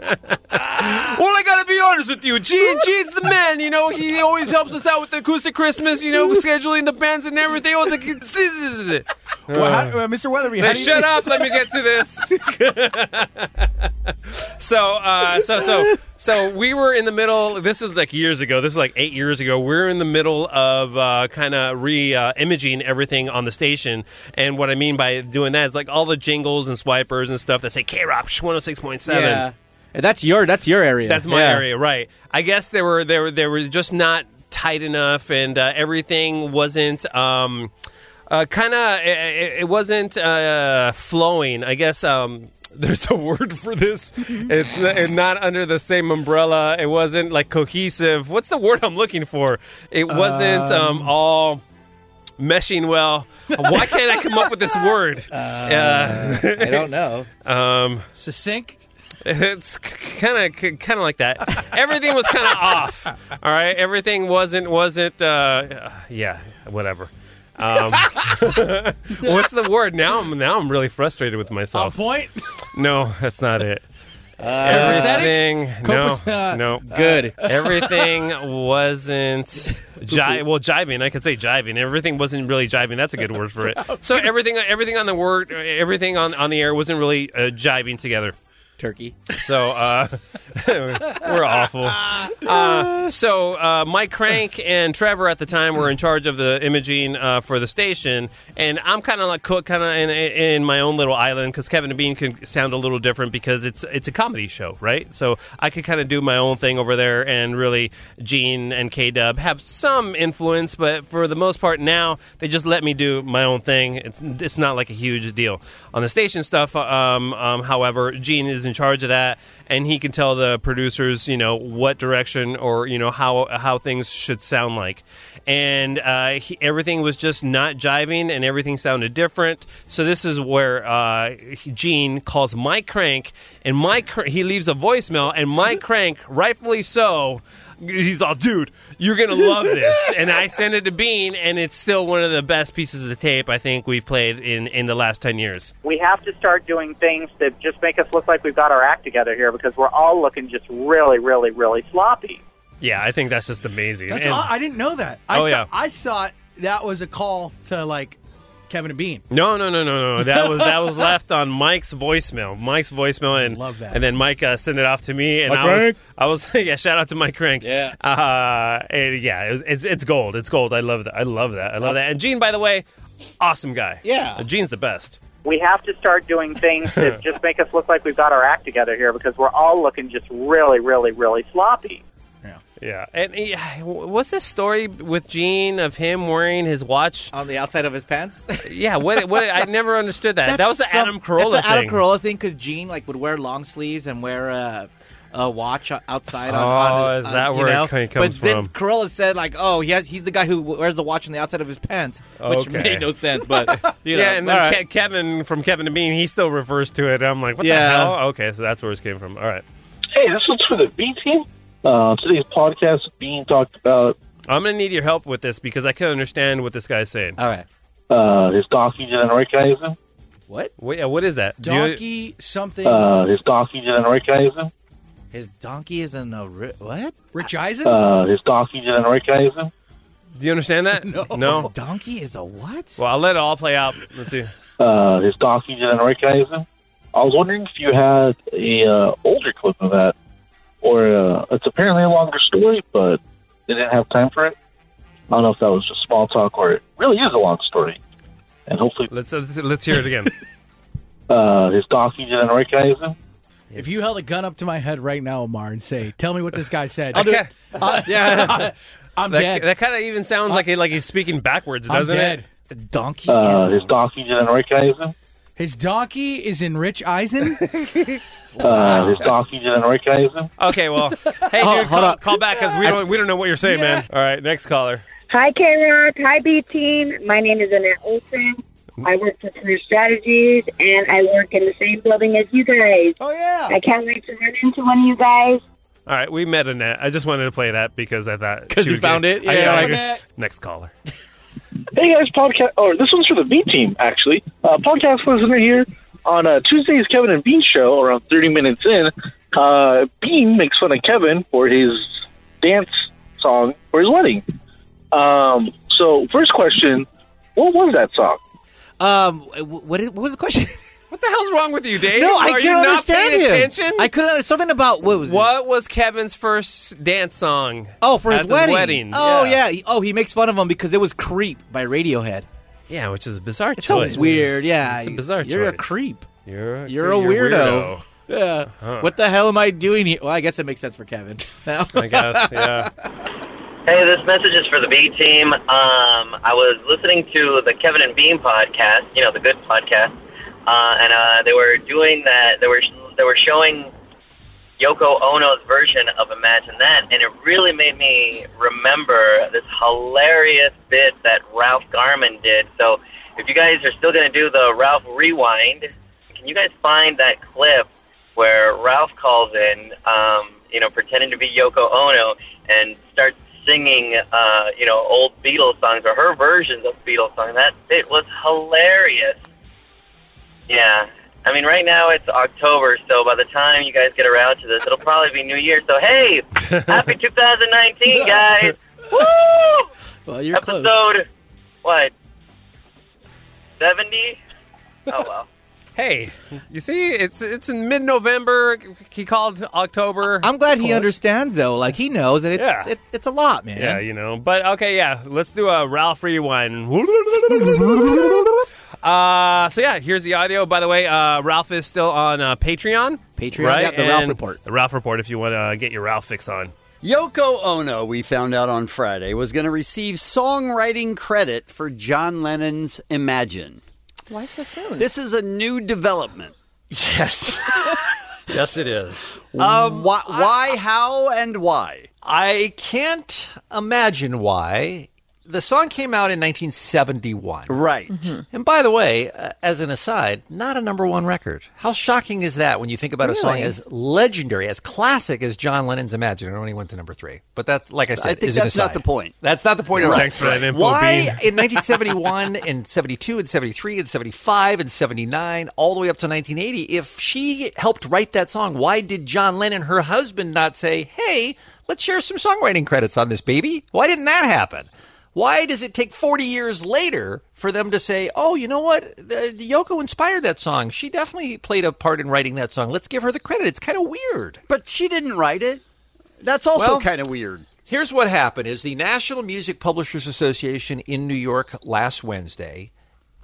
Speaker 3: Well, I gotta be honest with you, Gene. Gene's the man. You know, he always helps us out with the acoustic Christmas. You know, scheduling the bands and everything. Oh, the
Speaker 5: Well, how- uh, Mr. Weatherby, how do you
Speaker 3: shut up. Let me get to this. so, uh, so, so, so we were in the middle. This is like years ago. This is like eight years ago. We're in the middle of uh, kind of re uh, imaging everything on the station. And what I mean by doing that is like all the jingles and swipers and stuff that say K Rock 106.7.
Speaker 2: yeah. That's your that's your area.
Speaker 3: That's my
Speaker 2: Yeah.
Speaker 3: area, right? I guess they were they were they were just not tight enough, and uh, everything wasn't. Um, uh, kind of, it, it wasn't uh, flowing. I guess um, there's a word for this. It's n- it's not under the same umbrella. It wasn't like cohesive. What's the word I'm looking for? It wasn't um, all meshing well. Why can't I come up with this word? Uh,
Speaker 2: I don't know.
Speaker 3: um,
Speaker 5: succinct?
Speaker 3: it's kind of kind of like that. Everything was kind of off. All right, everything wasn't wasn't. Uh, yeah, whatever. Um, what's the word now? I'm now I'm really frustrated with
Speaker 5: A
Speaker 3: myself.
Speaker 5: point?
Speaker 3: No, that's not it.
Speaker 5: Copacetic?
Speaker 3: everything. No,
Speaker 5: Copac- uh,
Speaker 3: no.
Speaker 2: Good.
Speaker 3: Everything wasn't ji- well jiving. I could say jiving. Everything wasn't really jiving. That's a good word for it. So everything, everything on the word, everything on, on the air wasn't really uh, jiving together.
Speaker 2: Turkey.
Speaker 3: So uh, we're awful. Uh, so uh, Mike Crank and Trevor at the time were in charge of the imaging uh, for the station, and I'm kind of like cook, kind of in, in my own little island because Kevin and Bean can sound a little different because it's it's a comedy show, right? So I could kind of do my own thing over there, and really Gene and K Dub have some influence, but for the most part now they just let me do my own thing. It's, it's not like a huge deal on the station stuff. Um, um, however, Gene is in charge of that, and he can tell the producers, you know, what direction or you know how how things should sound like. And uh, he, everything was just not jiving, and everything sounded different. So this is where uh, he- Gene calls Mike Crank, and Mike Cr- he leaves a voicemail, and Mike Crank, rightfully so. He's all, dude, you're gonna love this, and I send it to Bean, and it's still one of the best pieces of tape I think we've played in in the last ten years.
Speaker 10: we have to start doing things that just make us look like we've got our act together here because we're all looking just really, really, really sloppy.
Speaker 3: Yeah, I think that's just amazing.
Speaker 5: That's
Speaker 3: And-
Speaker 5: aw- I didn't know that. I
Speaker 3: Oh,
Speaker 5: thought-
Speaker 3: yeah.
Speaker 5: I thought that was a call to like Kevin and Bean.
Speaker 3: No, no, no, no, no. That was that was left on Mike's voicemail. Mike's voicemail, and
Speaker 5: Love that.
Speaker 3: And then Mike uh, sent it off to me, and
Speaker 5: Mike
Speaker 3: I was,
Speaker 5: Crank.
Speaker 3: I was, yeah. Shout out to Mike Crank.
Speaker 2: Yeah.
Speaker 3: uh, and yeah. It was, it's it's gold. It's gold. I love that. I love that. I love that. And Gene, by the way, awesome guy.
Speaker 2: Yeah.
Speaker 3: Gene's the best.
Speaker 10: We have to start doing things that just make us look like we've got our act together here because we're all looking just really, really, really sloppy.
Speaker 3: Yeah, and yeah, what's this story with Gene of him wearing his watch?
Speaker 2: On the outside of his pants.
Speaker 3: Yeah, what? What? I never understood that. that was the
Speaker 2: That's some-
Speaker 3: Adam Carolla
Speaker 2: That's the
Speaker 3: thing.
Speaker 2: Adam Carolla thing because Gene like would wear long sleeves and wear uh, a watch o- outside.
Speaker 3: Oh,
Speaker 2: on, on,
Speaker 3: is
Speaker 2: on-
Speaker 3: that
Speaker 2: you
Speaker 3: where it
Speaker 2: know?
Speaker 3: ca- comes
Speaker 2: but
Speaker 3: from?
Speaker 2: Then Corolla said like, oh, he has, he's the guy who wears the watch on the outside of his pants, which
Speaker 3: Okay.
Speaker 2: made no sense. But you know,
Speaker 3: yeah, and then
Speaker 2: all right.
Speaker 3: Ke- Kevin from Kevin and Bean, he still refers to it. I'm like, what
Speaker 2: Yeah.
Speaker 3: the hell? Okay, so that's where this came from. All right.
Speaker 11: Hey, this one's for the B team. Uh, today's podcast being talked about
Speaker 3: I'm going to need your help with this because I couldn't understand what this guy's saying.
Speaker 2: All right.
Speaker 11: uh, his donkey didn't recognize him.
Speaker 2: What?
Speaker 3: Wait, what is that? Do you-
Speaker 2: donkey something.
Speaker 11: Uh, his donkey didn't recognize him.
Speaker 2: his donkey is in a ri- what?
Speaker 5: Rich Eisen.
Speaker 11: Uh, his donkey didn't recognize him.
Speaker 3: Do you understand that? no. No.
Speaker 2: Donkey is a what?
Speaker 3: Well, I'll let it all play out. Let's see.
Speaker 11: Uh, his donkey didn't recognize him. I was wondering if you had a uh, older clip of that, or uh, it's apparently a longer story, but they didn't have time for it. I don't know if that was just small talk or it really is a long story. And hopefully,
Speaker 3: let's let's, let's hear it again.
Speaker 11: uh, his donkey didn't recognize him.
Speaker 5: If you held a gun up to my head right now, Omar, and say, "Tell me what this guy said,"
Speaker 3: I'll do it.
Speaker 5: Uh,
Speaker 3: Yeah.
Speaker 5: I'm
Speaker 3: that,
Speaker 5: dead.
Speaker 3: That kind of even sounds like he, like he's speaking backwards,
Speaker 5: I'm
Speaker 3: doesn't
Speaker 5: dead.
Speaker 2: it? Donkey.
Speaker 11: Uh, his donkey didn't recognize him.
Speaker 5: His donkey is in Rich Eisen.
Speaker 11: Uh, his donkey didn't recognize him.
Speaker 3: Okay, well, hey, dude, call, call back because we don't we don't know what you're saying, man. All right, next caller.
Speaker 12: Hi, K Rock. Hi, B Team. My name is Annette Olson. I work for Career Strategies, and I work in the same building as you guys.
Speaker 5: Oh, yeah.
Speaker 12: I can't wait to run into one of you guys.
Speaker 3: All right, we met Annette. I just wanted to play that because I thought
Speaker 2: 'Cause
Speaker 3: she
Speaker 2: you
Speaker 3: would
Speaker 2: found
Speaker 3: get-
Speaker 2: it?
Speaker 3: I-
Speaker 2: Yeah.
Speaker 3: I-
Speaker 2: Annette.
Speaker 3: next caller.
Speaker 11: Hey guys, podcast. Oh, this one's for the B team actually. Uh, podcast listener here on uh, Tuesday's Kevin and Bean show. Around thirty minutes in, uh, Bean makes fun of Kevin for his dance song for his wedding. Um, so, first question: What was that song?
Speaker 2: Um, wh- what, is, what was the question?
Speaker 3: What the hell's wrong with you, Dave?
Speaker 2: no, I
Speaker 3: Are
Speaker 2: can't
Speaker 3: you not
Speaker 2: understand
Speaker 3: paying
Speaker 2: him.
Speaker 3: attention?
Speaker 2: I couldn't understand something about what was it?
Speaker 3: What was Kevin's first dance song?
Speaker 2: Oh, for
Speaker 3: at
Speaker 2: his wedding. Oh
Speaker 3: yeah.
Speaker 2: yeah. He- Oh, he makes fun of him because it was "Creep" by Radiohead.
Speaker 3: Yeah, which is a bizarre
Speaker 2: It's
Speaker 3: choice.
Speaker 2: always weird. Yeah,
Speaker 3: It's a bizarre
Speaker 2: You're a
Speaker 3: choice.
Speaker 2: creep.
Speaker 3: You're a,
Speaker 2: You're a weirdo. Yeah. What the hell am I doing here? Well, I guess it makes sense for Kevin. Now.
Speaker 3: I guess. Yeah.
Speaker 13: Hey, this message is for the B team. Um, I was listening to the Kevin and Beam podcast, you know, the good podcast, uh, and uh, they were doing that. They were they were showing Yoko Ono's version of Imagine That, and it really made me remember this hilarious bit that Ralph Garman did. So, if you guys are still going to do the Ralph Rewind, can you guys find that clip where Ralph calls in, um, you know, pretending to be Yoko Ono and starts singing, uh, you know, old Beatles songs or her versions of Beatles songs? That bit was hilarious. Yeah. I mean, right now it's October, so by the time you guys get around to this, it'll probably be New Year. So, hey, happy 2019, guys. Woo!
Speaker 2: Well, you're close.
Speaker 13: Episode, what, 70? Oh, well.
Speaker 3: Hey, you see, it's it's in mid-November. He called October.
Speaker 2: I'm glad he
Speaker 3: Close.
Speaker 2: understands though. Like he knows that it's
Speaker 3: Yeah.
Speaker 2: it, it's a lot, man.
Speaker 3: Yeah, you know. But okay, yeah. Let's do a Ralph rewind. Uh, so yeah, here's the audio. By the way, uh, Ralph is still on uh, Patreon.
Speaker 2: Patreon,
Speaker 3: right?
Speaker 2: yeah, the Ralph
Speaker 3: And
Speaker 2: Report.
Speaker 3: The Ralph Report. If you want to get your Ralph fix on.
Speaker 14: Yoko Ono, we found out on Friday, was going to receive songwriting credit for John Lennon's Imagine.
Speaker 15: Why so soon?
Speaker 14: This is a new development. Yes.
Speaker 16: Yes, it is.
Speaker 14: why, why how, and why?
Speaker 16: I can't imagine why. The song came out in 1971.
Speaker 14: Right.
Speaker 16: And by the way, uh, as an aside, not a number one record. How shocking is that when you think about a song
Speaker 14: Really?
Speaker 16: as legendary, as classic as John Lennon's Imagine? It only went to number three. But that, like I said,
Speaker 14: I think
Speaker 16: is an
Speaker 14: that's not
Speaker 16: aside.
Speaker 14: the point.
Speaker 16: That's not the point at all.
Speaker 14: Right. Thanks for that info,
Speaker 16: Why
Speaker 14: Bean.
Speaker 16: in 1971 and 72 and 73 and 75 and 79, all the way up to 1980, if she helped write that song, why did John Lennon, her husband, not say, hey, let's share some songwriting credits on this baby? Why didn't that happen? Why does it take 40 years later for them to say, oh, you know what? The, the Yoko inspired that song. She definitely played a part in writing that song. Let's give her the credit. It's kind of weird.
Speaker 14: But she didn't write it. That's also
Speaker 16: Well-
Speaker 14: kind of weird.
Speaker 16: Here's what happened is the National Music Publishers Association in New York last Wednesday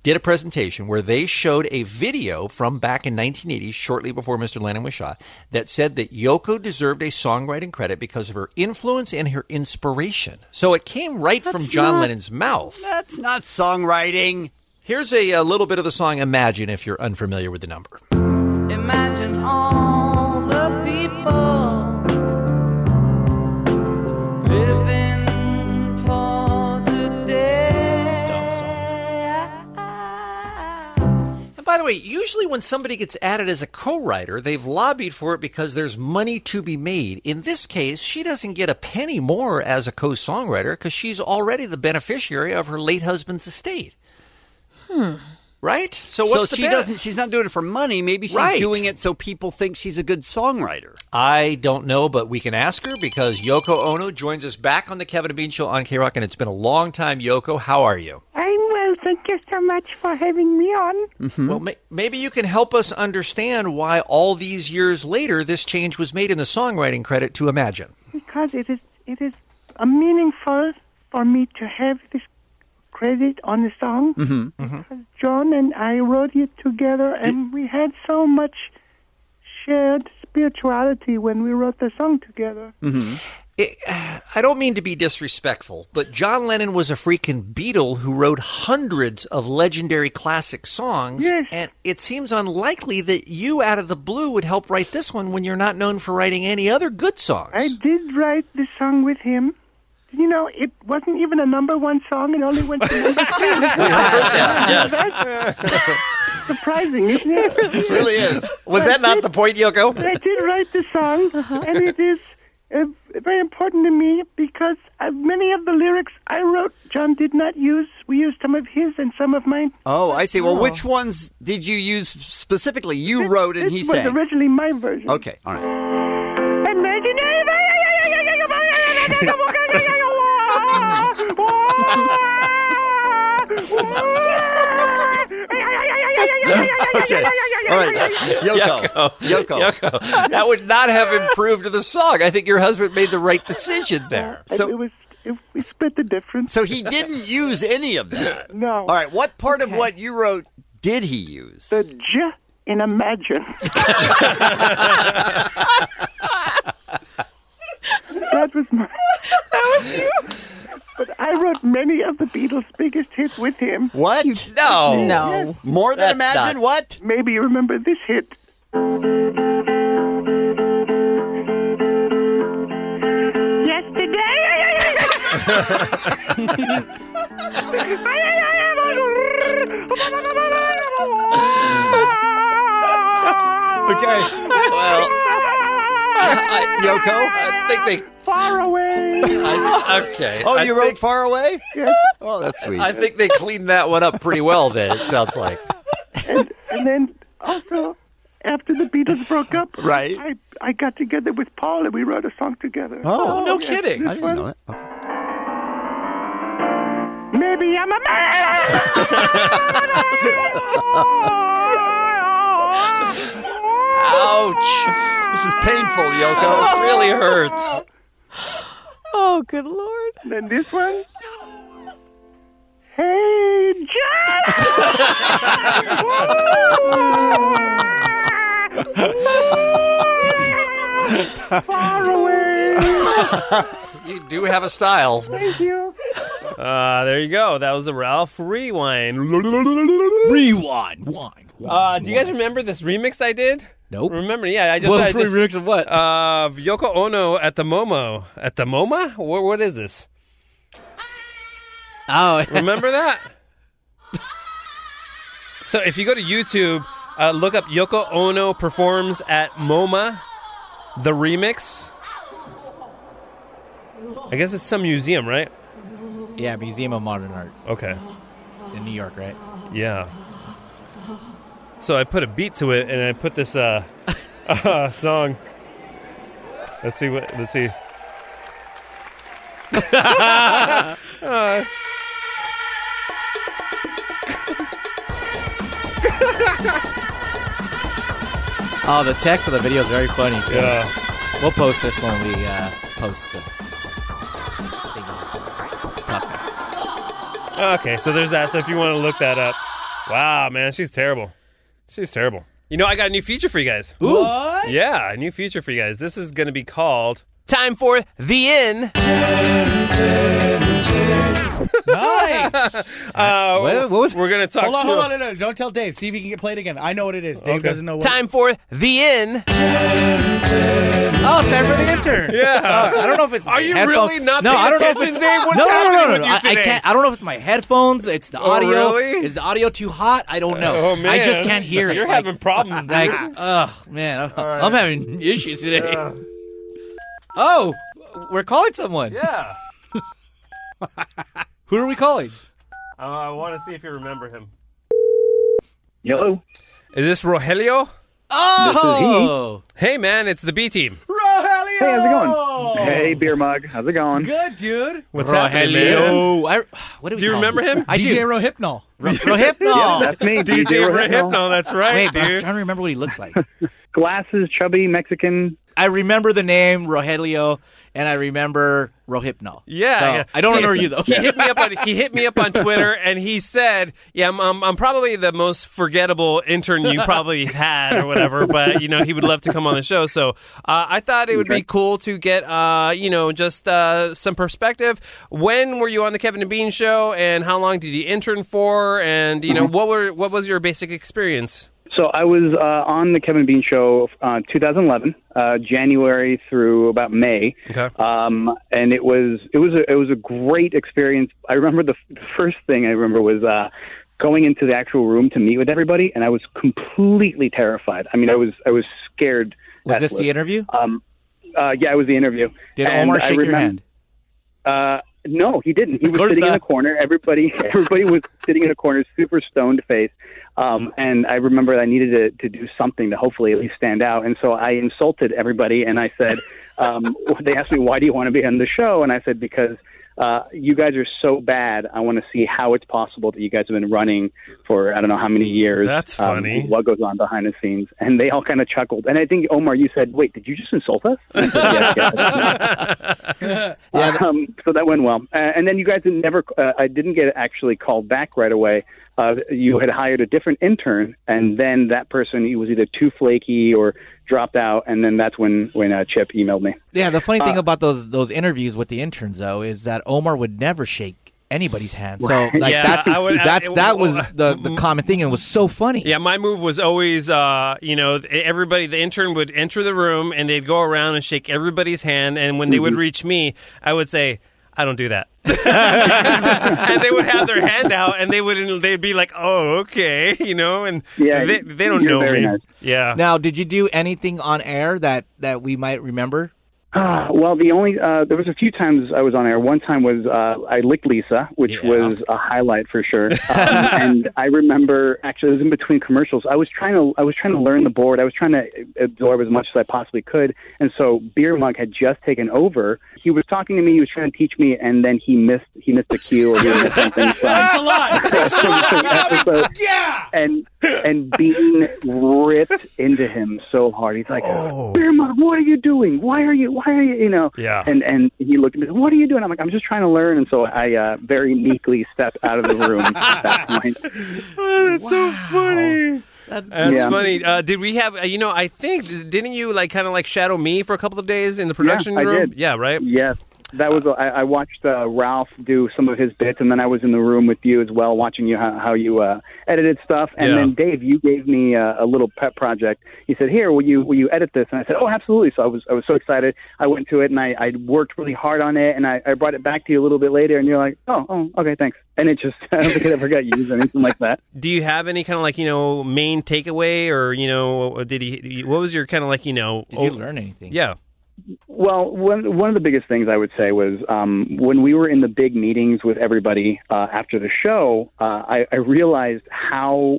Speaker 16: did a presentation where they showed a video from back in 1980 shortly before Mr. Lennon was shot that said that Yoko deserved a songwriting credit because of her influence and her inspiration. So it came right
Speaker 14: That's
Speaker 16: from John
Speaker 14: not-
Speaker 16: Lennon's mouth.
Speaker 14: That's not songwriting.
Speaker 16: Here's a, a little bit of the song Imagine if you're unfamiliar with the number.
Speaker 17: Imagine all the people
Speaker 16: way, usually when somebody gets added as a co-writer, they've lobbied for it because there's money to be made. In this case, she doesn't get a penny more as a co-songwriter because she's already the beneficiary of her late husband's estate.
Speaker 14: Hmm.
Speaker 16: Right? So
Speaker 14: so
Speaker 16: what's the
Speaker 14: she
Speaker 16: bet?
Speaker 14: doesn't. She's not doing it for money. Maybe she's
Speaker 16: Right.
Speaker 14: doing it so people think she's a good songwriter.
Speaker 16: I don't know, but we can ask her because Yoko Ono joins us back on the Kevin and Bean Show on K Rock, and it's been a long time. Yoko, how are you?
Speaker 15: I'm well. Thank you so much for having me on.
Speaker 16: Well, ma- maybe you can help us understand why all these years later this change was made in the songwriting credit to Imagine.
Speaker 15: because it is it is uh, meaningful for me to have this credit on the song.
Speaker 18: Hmm.
Speaker 14: Mm-hmm.
Speaker 15: John and I wrote it together, and we had so much shared spirituality when we wrote the song together.
Speaker 16: Mm-hmm. I don't mean to be disrespectful, but John Lennon was a freaking Beatle who wrote hundreds of legendary classic songs. And it seems unlikely that you, out of the blue, would help write this one when you're not known for writing any other good songs.
Speaker 15: I did write the song with him. You know, it wasn't even a number one song; it only went to number two. That's surprising, isn't it?
Speaker 6: It really is. Was
Speaker 15: But
Speaker 6: that not the point, Yoko?
Speaker 15: I did write the song, and it is uh, very important to me because uh, many of the lyrics I wrote, John did not use. We used some of his and some of mine.
Speaker 14: Oh, I see. Well,
Speaker 15: Oh.
Speaker 14: which ones did you use specifically? You wrote and
Speaker 15: this
Speaker 14: he
Speaker 15: was
Speaker 14: sang.
Speaker 15: originally my version.
Speaker 14: Okay, all right.
Speaker 6: okay.
Speaker 16: All right, Yoko. Yoko. Yoko. That would not have improved the song. I think your husband made the right decision there.
Speaker 15: So it was it, we split the difference.
Speaker 14: So he didn't use any of that.
Speaker 15: No. All
Speaker 14: right. What part of what you wrote did he use?
Speaker 15: The J in Imagine. that was my. That was you. But I wrote many of the Beatles' biggest hits with him.
Speaker 14: What?
Speaker 6: No. No.
Speaker 14: More than That's Imagine? not- What?
Speaker 15: Maybe you remember this hit.
Speaker 14: Okay. Well, Yoko? I think they.
Speaker 15: Far away.
Speaker 16: okay.
Speaker 14: Oh,
Speaker 16: I
Speaker 14: you wrote
Speaker 16: think-
Speaker 14: Far Away?
Speaker 15: Yes.
Speaker 14: Oh, that's sweet.
Speaker 16: I think they cleaned that one up pretty well, then, it sounds like.
Speaker 15: and, and then also after the Beatles broke up,
Speaker 16: Right.
Speaker 15: I, I got together with Paul and we wrote a song together.
Speaker 6: Oh. Oh, no
Speaker 15: yes,
Speaker 6: kidding.
Speaker 15: this
Speaker 6: I didn't
Speaker 15: one.
Speaker 6: know
Speaker 15: Maybe I'm a man.
Speaker 16: Ouch.
Speaker 14: This is painful,
Speaker 6: Yoko.
Speaker 15: It really
Speaker 16: hurts.
Speaker 15: Oh, good lord. And then this one. Hey, John! Far away.
Speaker 16: You do have a style.
Speaker 15: Thank you.
Speaker 3: Uh, there you go. That was the Ralph Rewind. Rewind. Wine. Uh, do you guys remember this remix I did? Nope. Remember? Yeah, I just
Speaker 2: What
Speaker 3: I
Speaker 2: free
Speaker 3: just,
Speaker 2: remix of what?
Speaker 3: Uh, Yoko Ono at the Momo at the MoMA. What, what is this? Oh, remember that? so if you go to YouTube, uh, look up Yoko Ono performs at MoMA, the remix. I guess it's some museum, right? Yeah, Museum of Modern Art. Okay. In New York, right? Yeah. So I put a beat to it, and I put this uh, uh song. Let's see what. Let's see. Uh,
Speaker 2: Oh, the text of the video is very funny. So
Speaker 3: Yeah.
Speaker 2: We'll post this when we uh, post the.
Speaker 3: okay, so there's that. So if you want to look that up, wow, man, she's terrible. She's terrible. You know, I got a new feature for you guys.
Speaker 6: Ooh. What?
Speaker 3: Yeah, a new feature for you guys. This is going to be called Time for the in.
Speaker 5: nice.
Speaker 3: Uh,
Speaker 5: What-
Speaker 3: was we're gonna talk?
Speaker 5: hold on,
Speaker 3: through-
Speaker 5: hold on, no, no, don't tell Dave. See if he can get played again. I know what it is. Dave
Speaker 3: Okay.
Speaker 5: doesn't know. What
Speaker 3: Time for the in.
Speaker 2: Oh, time for the intern.
Speaker 3: Yeah.
Speaker 2: Uh, I don't know if it's.
Speaker 3: Are you
Speaker 2: my headphones-
Speaker 3: really not
Speaker 2: No,
Speaker 3: paying
Speaker 2: I don't know if
Speaker 3: attention,
Speaker 2: it's.
Speaker 3: Dave? What's
Speaker 2: no, no, no, no,
Speaker 3: happening
Speaker 2: no,
Speaker 3: with you
Speaker 2: I-
Speaker 3: today?
Speaker 2: I can't. I don't know if it's my headphones. It's the
Speaker 3: Oh,
Speaker 2: audio.
Speaker 3: really?
Speaker 2: Is the audio too hot? I don't know.
Speaker 3: Oh, man.
Speaker 2: I just can't hear it.
Speaker 3: You're
Speaker 2: Like-
Speaker 3: having problems,
Speaker 2: Like,
Speaker 3: dude.
Speaker 2: ugh, man, I'm,
Speaker 3: All right.
Speaker 2: I'm having issues today. Oh, we're calling someone.
Speaker 3: Yeah.
Speaker 2: Who are we calling?
Speaker 3: Uh, I want to see if you remember him.
Speaker 17: Hello.
Speaker 3: Is this Rogelio?
Speaker 17: Oh!
Speaker 3: Hey, man, it's the B team.
Speaker 17: Hey,
Speaker 5: Rogelio.
Speaker 17: how's it going? Hey, beer mug, how's it going?
Speaker 5: Good, dude.
Speaker 3: What's happening, man?
Speaker 2: I, what do we
Speaker 3: you
Speaker 2: call
Speaker 3: remember him?
Speaker 2: I
Speaker 5: DJ
Speaker 2: do.
Speaker 5: Rohypnol.
Speaker 2: Ro- Rohypnol.
Speaker 17: Yeah, that's me,
Speaker 2: DJ
Speaker 17: DJ
Speaker 2: Rohypnol.
Speaker 17: Rohypnol, that's right,
Speaker 2: Wait, but I was
Speaker 17: dude.
Speaker 2: trying to remember what he looks like.
Speaker 17: Glasses, chubby Mexican.
Speaker 2: I remember the name Rogelio, and I remember Rohypnol.
Speaker 3: Yeah,
Speaker 2: So,
Speaker 3: yeah.
Speaker 2: Oh, I don't
Speaker 3: He-
Speaker 2: remember you though.
Speaker 3: He hit me up on he hit me up on Twitter and he said, "Yeah, I'm, I'm, I'm probably the most forgettable intern you probably had or whatever, but you know he would love to come on the show." So uh, I thought it would be cool to get uh, you know just uh, some perspective. When were you on the Kevin and Bean show, and how long did you intern for? And you know
Speaker 2: Mm-hmm.
Speaker 3: what were what was your basic experience?
Speaker 17: So I was uh, on the Kevin Bean Show, uh, 2011, uh, January through about May,
Speaker 3: Okay.
Speaker 17: um, and it was it was a, it was a great experience. I remember the, f- the first thing I remember was uh, going into the actual room to meet with everybody, and I was completely terrified. I mean, I was I was scared.
Speaker 2: Was this the interview?
Speaker 17: Um, uh, yeah, it was the interview.
Speaker 2: Did
Speaker 17: And
Speaker 2: Omar
Speaker 17: I
Speaker 2: shake your
Speaker 17: remem-
Speaker 2: hand?
Speaker 17: Uh, no, he didn't. He
Speaker 2: Of
Speaker 17: was
Speaker 2: course
Speaker 17: sitting in
Speaker 2: not.
Speaker 17: a corner. Everybody, everybody was sitting in a corner, super stoned face. Um, and I remember I needed to, to do something to hopefully at least stand out. And so I insulted everybody, and I said, um, they asked me why do you want to be on the show, and I said because. Uh, you guys are so bad. I want to see how it's possible that you guys have been running for I don't know how many years.
Speaker 3: That's
Speaker 17: um,
Speaker 3: funny.
Speaker 17: what goes on behind the scenes, and they all kind of chuckled. And I think Omar, you said, "Wait, did you just insult us?" um, so that went well. Uh, and then you guys didn't never, uh, I didn't get actually called back right away. Uh, you had hired a different intern, and then that person he was either too flaky or dropped out, and then that's when when uh, Chip emailed me.
Speaker 2: Yeah, the funny thing
Speaker 17: Uh,
Speaker 2: about those those interviews with the interns though is that Omar would never shake anybody's hand. So
Speaker 3: Right.
Speaker 2: like
Speaker 3: Yeah,
Speaker 2: that's
Speaker 3: I would- I-
Speaker 2: that's
Speaker 3: it- Mm-hmm.
Speaker 2: that was the, the common thing and it was so funny.
Speaker 3: Yeah, my move was always, uh, you know, th- everybody, the intern would enter the room and they'd go around and shake everybody's hand. And when they would
Speaker 16: Mhm.
Speaker 3: reach me, I would say, I don't do that. and they would have their hand out and they would they'd be like, oh, okay, you know, and
Speaker 2: Yeah,
Speaker 3: they, they don't
Speaker 2: you're
Speaker 3: know
Speaker 2: very
Speaker 3: me.
Speaker 2: nice.
Speaker 3: Yeah.
Speaker 2: Now, did you do anything on air that that we might remember?
Speaker 17: Ah, well, the only uh, there was a few times I was on air. One time was uh, I licked Lisa, which was a highlight for sure. Um, and I remember actually it was in between commercials. I was trying to I was trying to learn the board. I was trying to absorb as much as I possibly could. And so Beer Mug had just taken over. He was talking to me. He was trying to teach me, and then he missed he missed a cue or he missed something. from-
Speaker 5: Thanks a lot.
Speaker 17: episode. Yeah. And and Bean ripped into him so hard. He's like,
Speaker 5: Oh.
Speaker 17: Beerma, what are you doing? Why are you? Why are you? You know.
Speaker 3: Yeah.
Speaker 17: And and he looked at me. What are you doing? I'm like, I'm just trying to learn. And so I uh, very meekly stepped out of the room. at that point.
Speaker 3: Oh, that's so funny.
Speaker 2: That's,
Speaker 3: That's
Speaker 17: Yeah.
Speaker 3: funny. Uh, did we have, uh, you know, I think, didn't you like kind of like shadow me for a couple of days in the production
Speaker 17: yeah,
Speaker 3: room?
Speaker 17: I did.
Speaker 3: Yeah, right.
Speaker 17: Yes. That was I, I watched uh, Ralph do some of his bits, and then I was in the room with you as well, watching you how, how you uh, edited stuff. And
Speaker 18: Yeah.
Speaker 17: then Dave, you gave me uh, a little pet project. You said, "Here, will you will you edit this?" And I said, "Oh, absolutely!" So I was I was so excited. I went to it and I, I worked really hard on it, and I, I brought it back to you a little bit later, and you're like, "Oh, oh, okay, thanks." And it just I don't think I ever got used or anything like that.
Speaker 3: Do you have any kind of like you know main takeaway or you know did he? What was your kind of like you know? Did
Speaker 2: you learn anything?
Speaker 3: Yeah.
Speaker 17: Well, one one of the biggest things I would say was um, when we were in the big meetings with everybody uh, after the show, uh, I, I realized how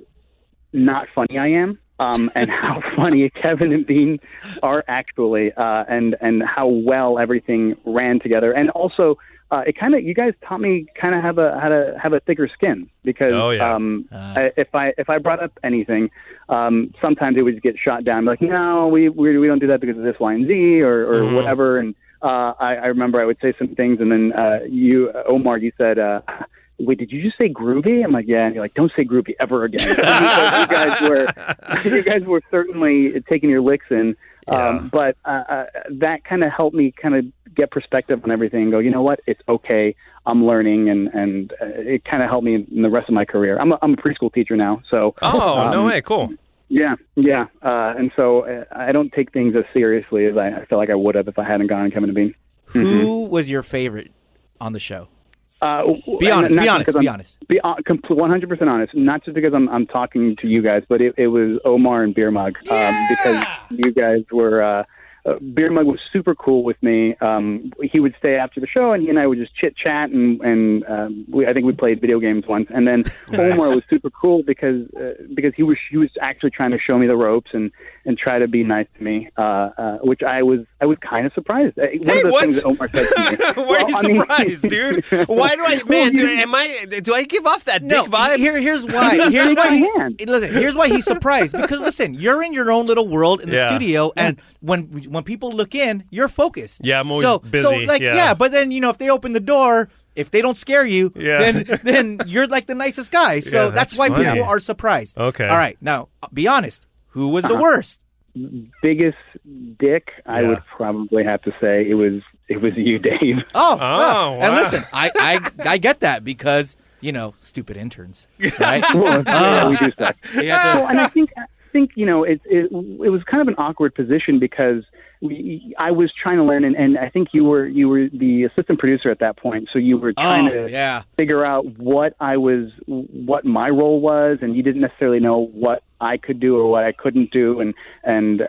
Speaker 17: not funny I am. Um, and how funny Kevin and Bean are actually, uh, and and how well everything ran together, and also uh, it kind of you guys taught me kind of have a how to have a thicker skin because
Speaker 3: Oh, yeah.
Speaker 17: um, I, if I if I brought up anything, um, sometimes it would get shot down like no we we, we don't do that because of this Y and Z or or
Speaker 3: Mm-hmm.
Speaker 18: Mhm.
Speaker 17: whatever. And uh, I, I remember I would say some things, and then uh, you Omar you said. Uh, wait, did you just say groovy? I'm like, yeah. And you're like, don't say groovy ever again. Because you guys were, you guys were certainly taking your licks in. Um, but uh, uh, that kind of helped me kind of get perspective on everything and go, you know what? It's okay. I'm learning, and and uh, it kind of helped me in the rest of my career. I'm a, I'm a preschool teacher now, so
Speaker 3: Oh, no
Speaker 17: um,
Speaker 3: way. Cool.
Speaker 17: yeah, yeah. Uh, and so uh, I don't take things as seriously as I, I feel like I would have if I hadn't gone Kevin and Bean.
Speaker 2: Who
Speaker 3: Mm-hmm.
Speaker 2: was your favorite on the show?
Speaker 17: Uh, w-
Speaker 2: Be
Speaker 17: and
Speaker 2: honest,
Speaker 17: not
Speaker 2: be
Speaker 17: just
Speaker 2: honest,
Speaker 17: because
Speaker 2: be
Speaker 17: I'm-
Speaker 2: honest.
Speaker 17: Be uh, hon- compl- 100% honest. Not just because I'm, I'm talking to you guys, but it, it was Omar and Beer Mug um, because you guys were. Uh, uh, Beer Mug was super cool with me. Um, he would stay after the show, and he and I would just chit chat, and and um, we, I think we played video games once. And then Omar was super cool because uh, because he was he was actually trying to show me the ropes and and try to be nice to me, uh, uh, which I was I was kind of surprised. Uh, One
Speaker 3: Hey,
Speaker 17: of the
Speaker 3: what?
Speaker 17: things that Omar said to me.
Speaker 3: Why
Speaker 17: Well,
Speaker 3: are you
Speaker 17: I mean-
Speaker 3: surprised, dude? Why do I, man? dude, am I? Do I give off that dick vibe?
Speaker 2: Here, here's why. Here's why. He, listen, here's why he's surprised. Because listen, you're in your own little world in the
Speaker 3: Yeah.
Speaker 2: studio, and when when people look in, you're focused.
Speaker 3: Yeah, I'm always
Speaker 2: so,
Speaker 3: busy,
Speaker 2: So like,
Speaker 3: yeah.
Speaker 2: but then you know if they open the door. If they don't scare you,
Speaker 3: Yeah.
Speaker 2: then then you're like the nicest guy. So
Speaker 3: Yeah,
Speaker 2: that's,
Speaker 3: that's
Speaker 2: why
Speaker 3: funny.
Speaker 2: people are surprised.
Speaker 3: Okay.
Speaker 2: All right. Now, oh, be honest. Who was the
Speaker 17: Uh-huh.
Speaker 2: worst?
Speaker 17: biggest dick, I would probably have to say it was it was you, Dave.
Speaker 2: Oh,
Speaker 17: Oh,
Speaker 2: well, and
Speaker 17: wow.
Speaker 2: listen, I, I I get that because you know stupid interns, right? Uh,
Speaker 17: Well, yeah, we do suck.
Speaker 2: You have to-
Speaker 17: Well, and I think I think you know it, it it was kind of an awkward position because we, I was trying to learn, and, and I think you were you were the assistant producer at that point, so you were trying
Speaker 2: Oh,
Speaker 17: to
Speaker 2: yeah.
Speaker 17: figure out what I was what my role was, and you didn't necessarily know what I could do or what I couldn't do, and and uh,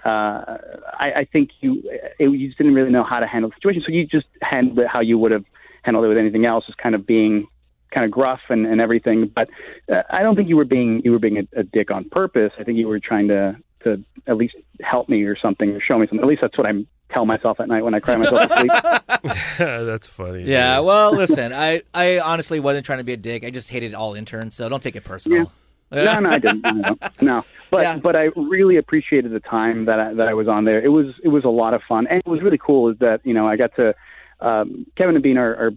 Speaker 17: I, I think you it, you just didn't really know how to handle the situation, so you just handled it how you would have handled it with anything else, just kind of being kind of gruff and, and everything. But uh, I don't think you were being you were being a, a dick on purpose. I think you were trying to to at least help me or something or show me something. At least that's what I tell myself at night when I cry myself to sleep.
Speaker 3: That's funny.
Speaker 2: Yeah, well, listen, I, I honestly wasn't trying to be a dick. I just hated all interns, so don't take it personal.
Speaker 17: No, no, I didn't. No, no. but but I really appreciated the time that I, that I was on there. It was it was a lot of fun, and it was really cool. Is that you know I got to um, Kevin and Bean are, are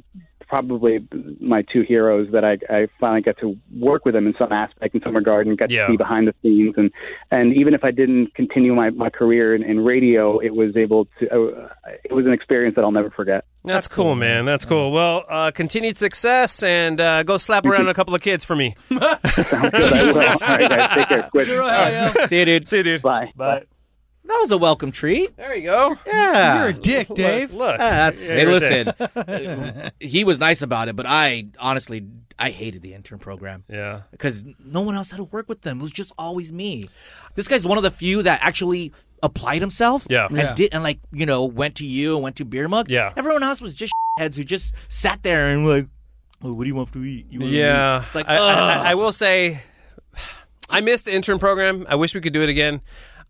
Speaker 17: probably my two heroes that I, I finally got to work with them in some aspect, in some regard, and got
Speaker 3: Yeah.
Speaker 17: to see behind the scenes. And and even if I didn't continue my, my career in, in radio, it was able to. Uh, it was an experience that I'll never forget.
Speaker 3: That's, cool, man. That's cool. Well, uh, continued success, and uh, go slap around a couple of kids for me.
Speaker 2: See you, dude.
Speaker 3: See you, dude.
Speaker 17: Bye.
Speaker 3: Bye.
Speaker 2: That was a welcome treat.
Speaker 3: There you go.
Speaker 2: Yeah.
Speaker 5: You're a dick, Dave.
Speaker 2: Ah, that's,
Speaker 3: Yeah,
Speaker 2: hey,
Speaker 3: you're a
Speaker 2: listen,
Speaker 3: dick.
Speaker 2: uh, he was nice about it, but I honestly, I hated the intern program.
Speaker 3: Yeah.
Speaker 2: Because no one else had to work with them. It was just always me. This guy's one of the few that actually applied himself.
Speaker 3: Yeah.
Speaker 2: And
Speaker 3: Yeah.
Speaker 2: did, and like, you know, went to you and went to Beer Mug.
Speaker 3: Yeah.
Speaker 2: Everyone else was just heads who just sat there and were like, oh, what do you want to eat? You want
Speaker 3: Yeah,
Speaker 2: To eat? It's like,
Speaker 3: I, I,
Speaker 2: ugh.
Speaker 3: I- I will say, I missed the intern program. I wish we could do it again.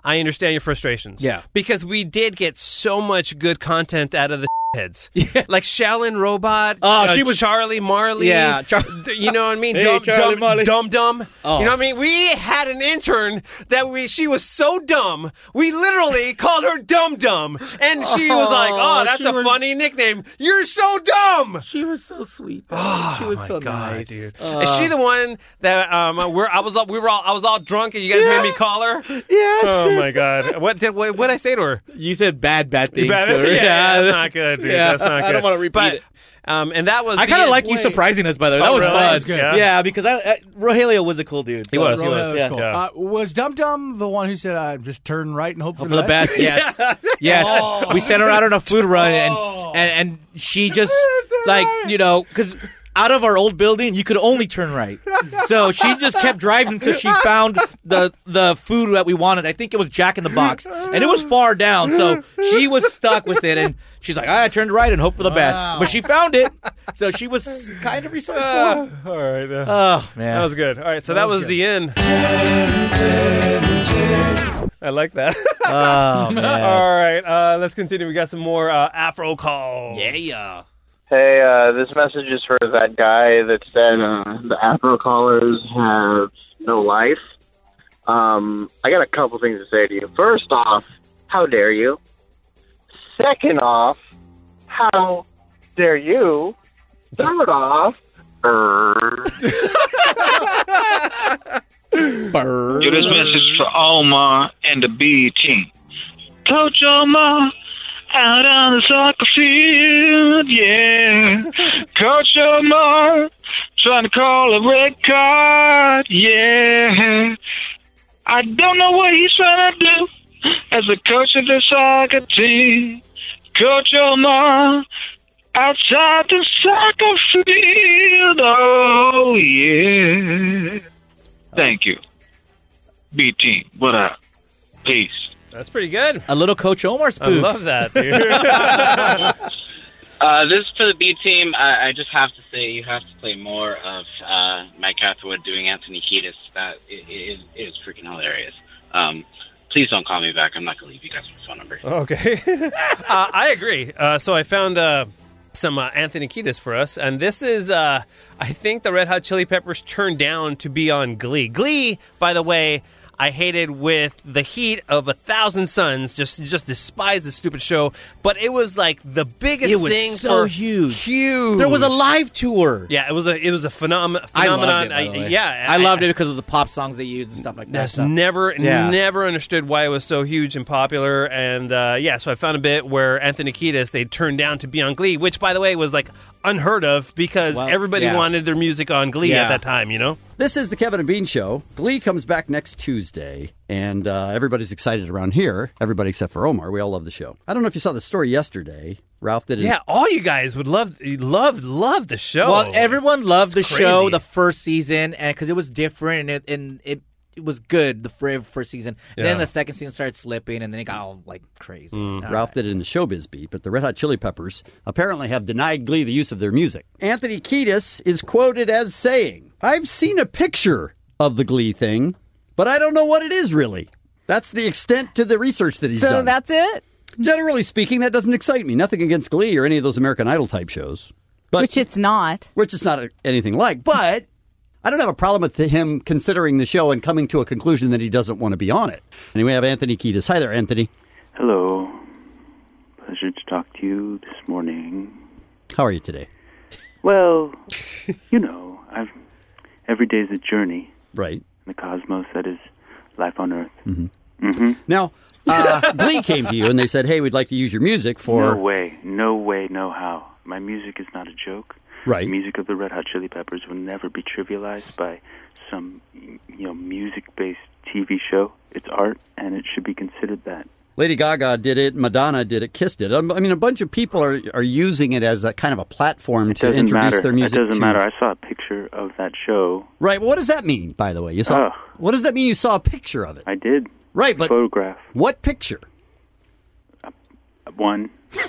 Speaker 3: I understand your frustrations.
Speaker 2: Yeah.
Speaker 3: because we did get so much good content out of the heads, like Shaolin Robot.
Speaker 2: Oh,
Speaker 3: uh,
Speaker 2: she was-
Speaker 3: Charlie Marley.
Speaker 2: Yeah, Char-
Speaker 3: th- you know what I mean.
Speaker 2: Hey,
Speaker 3: dumb,
Speaker 2: Charlie
Speaker 3: dumb,
Speaker 2: Marley.
Speaker 3: dumb, dumb.
Speaker 2: Oh.
Speaker 3: You know what I mean. We had an intern that we she was so dumb. We literally called her Dumb Dumb, and she was like, "Oh,
Speaker 2: Oh,
Speaker 3: that's
Speaker 2: she
Speaker 3: a
Speaker 2: was-
Speaker 3: funny nickname. You're so dumb."
Speaker 2: She was so sweet.
Speaker 3: Oh,
Speaker 2: she was
Speaker 3: my
Speaker 2: so
Speaker 3: God,
Speaker 2: nice.
Speaker 3: dude.
Speaker 2: Uh,
Speaker 3: Is she the one that um we're I was all we were all I was all drunk and you guys made me call her? Yeah. Oh my god. What did what what I say to her?
Speaker 2: You said bad, bad things.
Speaker 3: Bad-
Speaker 2: sir.
Speaker 3: yeah, that's not good, dude.
Speaker 2: Yeah,
Speaker 3: That's not good.
Speaker 2: I don't want to repeat
Speaker 3: But,
Speaker 2: it.
Speaker 3: Um, and that was.
Speaker 2: I kind of
Speaker 3: the-
Speaker 2: like you
Speaker 3: wait.
Speaker 2: surprising us, by the way. That
Speaker 3: Oh,
Speaker 2: was
Speaker 3: really?
Speaker 2: fun.
Speaker 3: That was good.
Speaker 2: Yeah.
Speaker 3: Yeah.
Speaker 2: because I, I, Rogelio was a cool dude.
Speaker 3: He was, he
Speaker 5: Rogelio
Speaker 3: was, yeah.
Speaker 5: cool.
Speaker 3: Yeah.
Speaker 5: Uh, was Dum Dum the one who said, "I just turn right and hope,
Speaker 2: Oh, For the best, yes, yes.
Speaker 5: Oh.
Speaker 2: We sent her out on a food run, and
Speaker 3: Oh.
Speaker 2: and, and she just like you know because out of our old building, you could only turn right. So she just kept driving until she found the the food that we wanted. I think it was Jack in the Box, and it was far down, so she was stuck with it. And she's like, "I turned right and hope for the
Speaker 3: Wow.
Speaker 2: best," but she found it, so she was kind of resourceful.
Speaker 3: Uh, all right. uh,
Speaker 2: Oh, man.
Speaker 3: That was good. All right, so that, was, the end. I like that.
Speaker 2: Oh, man.
Speaker 3: All right, uh, let's continue. We got some more uh, Afro calls.
Speaker 2: Yeah, yeah.
Speaker 8: Hey, uh, this message is for that guy that said uh, the Afro callers have no life. Um, I got a couple things to say to you. First off, how dare you? Second off, how dare you? Third off,
Speaker 18: Err. Do this message for Oma and the B team. Coach Oma out on the soccer field, yeah. Coach Omar trying to call a red card, yeah. I don't know what he's trying to do as a coach of the soccer team. Coach Omar outside the soccer field, oh yeah. Thank you. B team, what up? Peace.
Speaker 3: That's pretty good.
Speaker 2: A little Coach Omar
Speaker 3: I
Speaker 2: spook.
Speaker 3: love that, dude.
Speaker 19: Uh, this is for the B team. I, I just have to say, you have to play more of uh, Mike Hathaway doing Anthony Kiedis. That i- i- is, is freaking hilarious. Um, please don't call me back. I'm not going to leave you guys my phone number.
Speaker 3: Okay. uh, I agree. Uh, so I found uh, some uh, Anthony Kiedis for us, and this is, uh, I think, the Red Hot Chili Peppers turned down to be on Glee. Glee, by the way, I hated with the heat of a thousand suns. Just, just despise the stupid show. But it was like the biggest
Speaker 2: It was
Speaker 3: thing
Speaker 2: so
Speaker 3: for
Speaker 2: huge.
Speaker 3: Huge.
Speaker 2: There was a live tour.
Speaker 3: Yeah, it was a it was a phenom- phenomenon.
Speaker 2: I loved it. by the
Speaker 3: I-
Speaker 2: way.
Speaker 3: yeah,
Speaker 2: I, loved it because of the pop songs they used and stuff like
Speaker 3: that's
Speaker 2: that. stuff.
Speaker 3: never
Speaker 2: Yeah.
Speaker 3: never understood why it was so huge and popular and uh, yeah so i found a bit where anthony kiedis they turned down to be on glee which by the way was like unheard of because
Speaker 14: Well,
Speaker 3: everybody
Speaker 14: yeah.
Speaker 3: wanted their music on glee
Speaker 14: Yeah.
Speaker 3: at that time you know
Speaker 14: This is the Kevin and Bean Show. Glee comes back next Tuesday, and uh, everybody's excited around here. Everybody except for Omar. We all love the show. I don't know if you saw the story yesterday. Ralph did. an-
Speaker 3: yeah all you guys would love love love the show
Speaker 2: Well, everyone loved
Speaker 3: It's
Speaker 2: the show
Speaker 3: crazy.
Speaker 2: the first season, and because it was different and it and it, it was good the fir- first season.
Speaker 14: Yeah.
Speaker 2: Then the second season started slipping, and then it got all like crazy. All
Speaker 14: Mm. Ralph did it in the showbiz beat, but the Red Hot Chili Peppers apparently have denied Glee the use of their music. Anthony Kiedis is quoted as saying, I've seen a picture of the Glee thing, but I don't know what it is really. That's the extent to the research that he's
Speaker 20: so
Speaker 14: done.
Speaker 20: that's it.
Speaker 14: Generally speaking, that doesn't excite me. Nothing against Glee or any of those American Idol type shows. But
Speaker 20: Which it's not.
Speaker 14: which is not anything like. But I don't have a problem with him considering the show and coming to a conclusion that he doesn't want to be on it. And we have Anthony Kiedis. Hi there, Anthony.
Speaker 21: Hello. Pleasure to talk to you this morning.
Speaker 14: How are you today?
Speaker 21: Well, you know, I've every day's a journey.
Speaker 14: Right.
Speaker 21: The cosmos that is life on Earth.
Speaker 14: Mhm.
Speaker 21: Mm-hmm.
Speaker 14: Now, uh, Glee came to you and they said, "Hey, we'd like to use your music for
Speaker 21: No way, no way, no how. My music is not a joke.
Speaker 14: Right.
Speaker 21: The music of the Red Hot Chili Peppers will never be trivialized by some, you know, music-based TV show. It's art, and it should be considered that.
Speaker 14: Lady Gaga did it, Madonna did it, Kiss did it. Um, I mean, a bunch of people are are using it as a kind of a platform to
Speaker 21: doesn't
Speaker 14: introduce
Speaker 21: matter.
Speaker 14: their music.
Speaker 21: It doesn't
Speaker 14: to-
Speaker 21: matter. I saw a picture of that show.
Speaker 14: Right. Well, what does that mean, by the way? You saw.
Speaker 21: Ugh.
Speaker 14: What does that mean? You saw a picture of it.
Speaker 21: Oh. I did.
Speaker 14: Right, but
Speaker 21: photograph. Uh,
Speaker 14: What picture?
Speaker 21: One.
Speaker 14: Wait,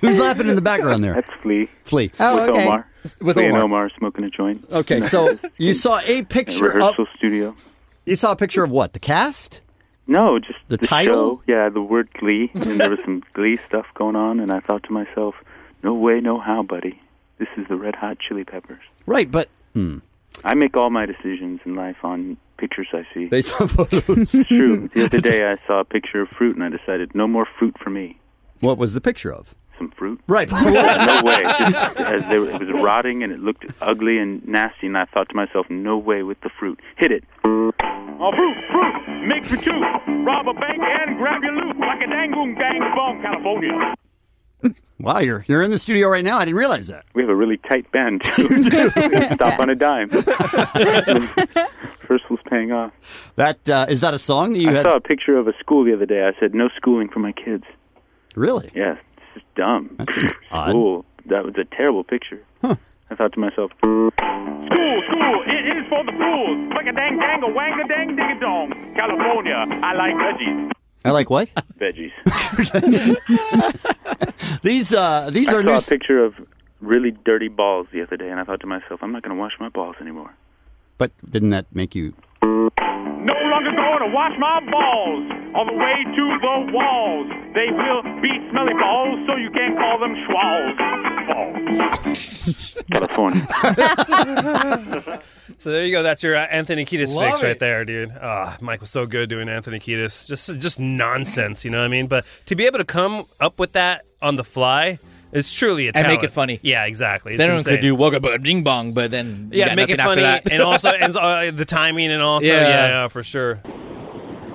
Speaker 14: who's laughing in the background there? That's
Speaker 21: Flea.
Speaker 14: Flea.
Speaker 21: with Omar.
Speaker 14: With
Speaker 21: Flea
Speaker 14: Omar.
Speaker 21: and Omar smoking a joint.
Speaker 14: Okay, so you saw a
Speaker 21: a
Speaker 14: picture of
Speaker 21: rehearsal studio.
Speaker 14: you saw a picture of what? The cast?
Speaker 21: No, just
Speaker 14: the, title.
Speaker 21: show. Yeah, the word glee, and there was some glee stuff going on, and I thought to myself, "No way, no how, buddy. This is the Red Hot Chili Peppers."
Speaker 14: Right, but hmm,
Speaker 21: I make all my decisions in life on pictures I see.
Speaker 14: based on photos.
Speaker 21: It's true. The other day, I saw a picture of fruit, and I decided, "No more fruit for me.
Speaker 14: What was the picture of?
Speaker 21: Some fruit."
Speaker 14: Right.
Speaker 21: no way. Just as they were, it was rotting and it looked ugly and nasty, and I thought to myself, "No way with the fruit. Hit it."
Speaker 22: On fruit, fruit, make for two. Rob a bank and grab your loot like a dangoon gang from California.
Speaker 14: Wow, you're you're in the studio right now. I didn't realize that.
Speaker 21: We have a really tight band. too. Stop on a dime. Rehearsal's paying off.
Speaker 14: That uh, is that a song that you
Speaker 21: I
Speaker 14: had?
Speaker 21: saw a picture of a school the other day. I said, "No schooling for my kids."
Speaker 14: Really?
Speaker 21: Yeah, this is dumb. That's
Speaker 14: odd.
Speaker 21: School. That was a terrible picture. I thought to myself,
Speaker 22: School, school, it is for the fools. Like a dang dang, a wang a dang ding a dong. California, I like veggies.
Speaker 14: I like what?
Speaker 21: "Veggies."
Speaker 14: These uh, these
Speaker 21: I
Speaker 14: are
Speaker 21: saw
Speaker 14: new.
Speaker 21: a picture of really dirty balls the other day, and I thought to myself, "I'm not going to wash my balls anymore."
Speaker 14: But didn't that make you?
Speaker 22: No longer going to wash my balls all the way to the walls. They will be smelly balls, so you can call them schwalls.
Speaker 21: California.
Speaker 22: Balls.
Speaker 3: so there you go that's your uh, anthony kiedis
Speaker 22: Love
Speaker 3: fix
Speaker 22: it.
Speaker 3: right there dude Ah, mike was so good doing anthony kiedis just just nonsense you know what i mean but to be able to come up with that on the fly It's truly a
Speaker 2: And make
Speaker 3: talent.
Speaker 2: it funny.
Speaker 3: Yeah, exactly. It's
Speaker 2: Then one could
Speaker 3: insane.
Speaker 2: do Wugga Bugga Ding Bong, but then you
Speaker 3: yeah,
Speaker 2: got
Speaker 3: make it funny,
Speaker 2: nothing after that.
Speaker 3: and also and uh, the timing, and also
Speaker 2: Yeah.
Speaker 3: yeah, yeah, for sure.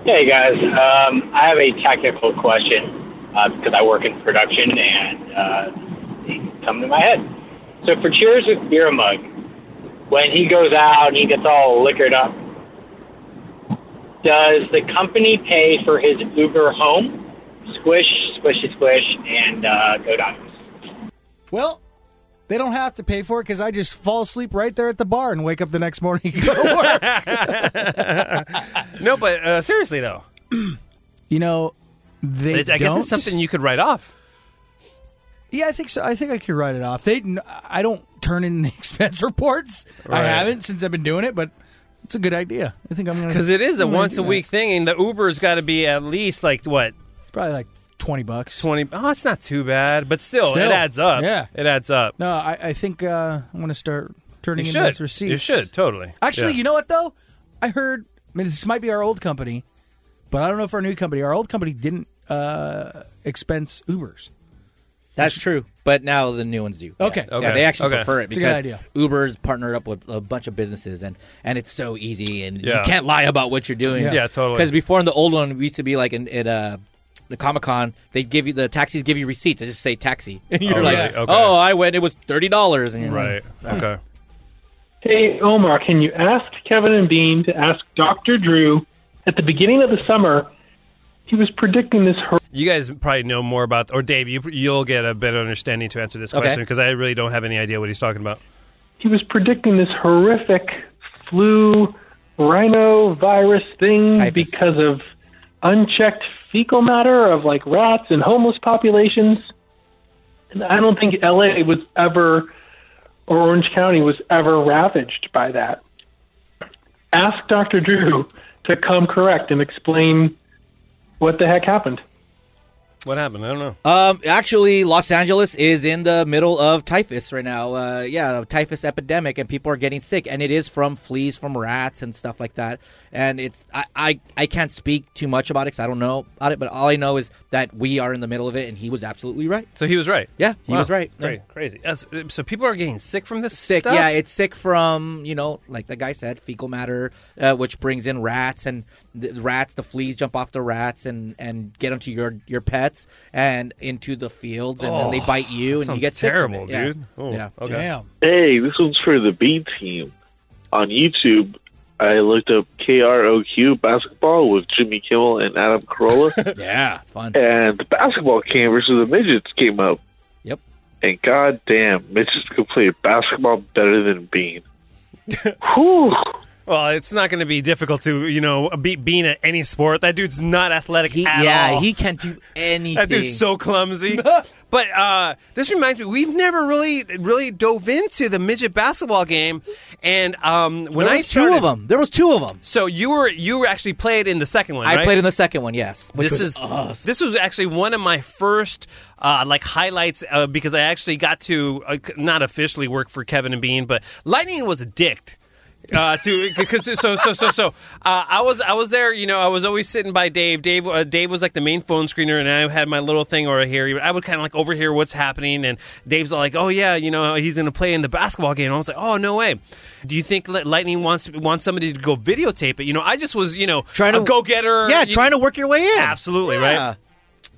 Speaker 19: Hey guys, um, I have a technical question uh, because I work in production and uh, it come to my head. So for Cheers with Beer Mug, when he goes out and he gets all liquored up, does the company pay for his Uber home? Squish, squishy, squish, and uh, go down.
Speaker 5: Well, they don't have to pay for it because I just fall asleep right there at the bar and wake up the next morning and go to work.
Speaker 3: no, but uh, seriously though,
Speaker 5: You know, they.
Speaker 3: It's- I guess it's
Speaker 5: don't.
Speaker 3: something you could write off.
Speaker 5: Yeah, I think so. I think I could write it off. They, n- I don't turn in expense reports. I
Speaker 3: Right.
Speaker 5: haven't since I've been doing it, but it's a good idea. I think I'm gonna
Speaker 3: Because it is a
Speaker 2: Oh
Speaker 5: I'm gonna
Speaker 3: once
Speaker 5: do
Speaker 3: a
Speaker 5: that.
Speaker 3: week thing, and the Uber's got to be at least like what
Speaker 5: Probably like twenty bucks.
Speaker 3: Twenty. Oh, it's not too bad, but still,
Speaker 5: Still,
Speaker 3: it adds up.
Speaker 5: yeah.
Speaker 3: it adds up.
Speaker 5: No, I, I think uh, I'm going to start turning
Speaker 3: You
Speaker 5: in those
Speaker 3: should.
Speaker 5: receipts.
Speaker 3: You should, totally.
Speaker 5: Actually,
Speaker 3: Yeah.
Speaker 5: you know what though? I heard I mean, this might be our old company, but I don't know if our new company. Our old company didn't uh, expense Ubers.
Speaker 2: That's true. But now the new ones do.
Speaker 5: Okay.
Speaker 2: Yeah,
Speaker 5: Okay.
Speaker 2: they actually
Speaker 5: Okay.
Speaker 2: prefer it
Speaker 5: It's a good
Speaker 2: because
Speaker 5: idea.
Speaker 2: Uber's partnered up with a bunch of businesses, and and it's so easy, and
Speaker 3: Yeah.
Speaker 2: you can't lie about what you're doing.
Speaker 3: Yeah. Yeah, totally.
Speaker 2: Because before in the old one, we used to be like in, in uh, the Comic Con, they give you the taxis give you receipts. They just say taxi, and you're
Speaker 3: Oh,
Speaker 2: like,
Speaker 3: really? Okay.
Speaker 2: oh, I went. It was thirty dollars. And you're like,
Speaker 3: Right. Okay.
Speaker 1: Hey, Omar, can you ask Kevin and Bean to ask Dr. Drew at the beginning of the summer? He was predicting this. Her-
Speaker 3: You guys probably know more about, or Dave, you, you'll get a better understanding to answer this
Speaker 1: Okay.
Speaker 3: question because I really don't have any idea what he's talking about.
Speaker 1: he was predicting this horrific flu rhinovirus thing because of unchecked fecal matter of like rats and homeless populations. And I don't think LA was ever or Orange County was ever ravaged by that. Ask Dr. Drew to come correct and explain what the heck happened.
Speaker 3: What happened? I don't know.
Speaker 2: Um, actually, Los Angeles is in the middle of typhus right now. Uh, yeah, a typhus epidemic, and people are getting sick, and it is from fleas, from rats, and stuff like that. And it's I I, I can't speak too much about it 'cause I don't know about it, but all I know is that we are in the middle of it, and he was absolutely right.
Speaker 3: So he was right.
Speaker 2: Yeah, he
Speaker 3: Wow.
Speaker 2: was right. Yeah.
Speaker 3: Great. Crazy. That's- so people are getting sick from this
Speaker 2: Sick,
Speaker 3: stuff?
Speaker 2: yeah, it's sick from you know, like the guy said, fecal matter, uh, which brings in rats, and the rats, the fleas jump off the rats and and get onto your your pets and into the fields, and then they
Speaker 1: Oh,
Speaker 2: bite you,
Speaker 1: that
Speaker 2: and you
Speaker 1: sounds
Speaker 2: get sick from
Speaker 1: terrible,
Speaker 2: it. Yeah.
Speaker 1: dude. Oh,
Speaker 2: yeah,
Speaker 1: okay. Damn.
Speaker 20: Hey, this one's for the B team. On YouTube, I looked up KROQ basketball with Jimmy Kimmel and Adam Carolla.
Speaker 2: yeah, it's fun.
Speaker 20: And the basketball game versus the midgets came up.
Speaker 2: Yep.
Speaker 20: And goddamn, midgets could play basketball better than Bean. Whew.
Speaker 3: Well, it's not going to be difficult to, you know, beat Bean at any sport. That dude's not athletic at
Speaker 2: yeah,
Speaker 3: all.
Speaker 2: he can't do anything.
Speaker 3: That dude's so clumsy. but uh, this reminds me, we've never really, really dove into the midget basketball game. And um, when
Speaker 2: There
Speaker 3: I
Speaker 2: was two of
Speaker 3: started-
Speaker 2: them. There was two of them.
Speaker 3: So you were you were actually played in the second one.
Speaker 2: I
Speaker 3: right?
Speaker 2: played in the second one, yes. which
Speaker 3: This
Speaker 2: was
Speaker 3: is
Speaker 2: awesome.
Speaker 3: this was actually one of my first uh, like highlights uh, because I actually got to uh, c- not officially work for Kevin and Bean, but Lightning was addict. Uh, to because so so so so uh, I was I was there you know I was always sitting by Dave Dave uh, Dave was like the main phone screener and I had my little thing over here I would kind of like overhear what's happening and Dave's all like oh yeah you know he's gonna play in the basketball game I was like oh no way do you think Li- Lightning wants wants somebody to go videotape it you know I just was you know trying to go get her
Speaker 2: Yeah,
Speaker 3: you-
Speaker 2: trying to work your way in.
Speaker 3: Absolutely,
Speaker 2: Yeah.
Speaker 3: right?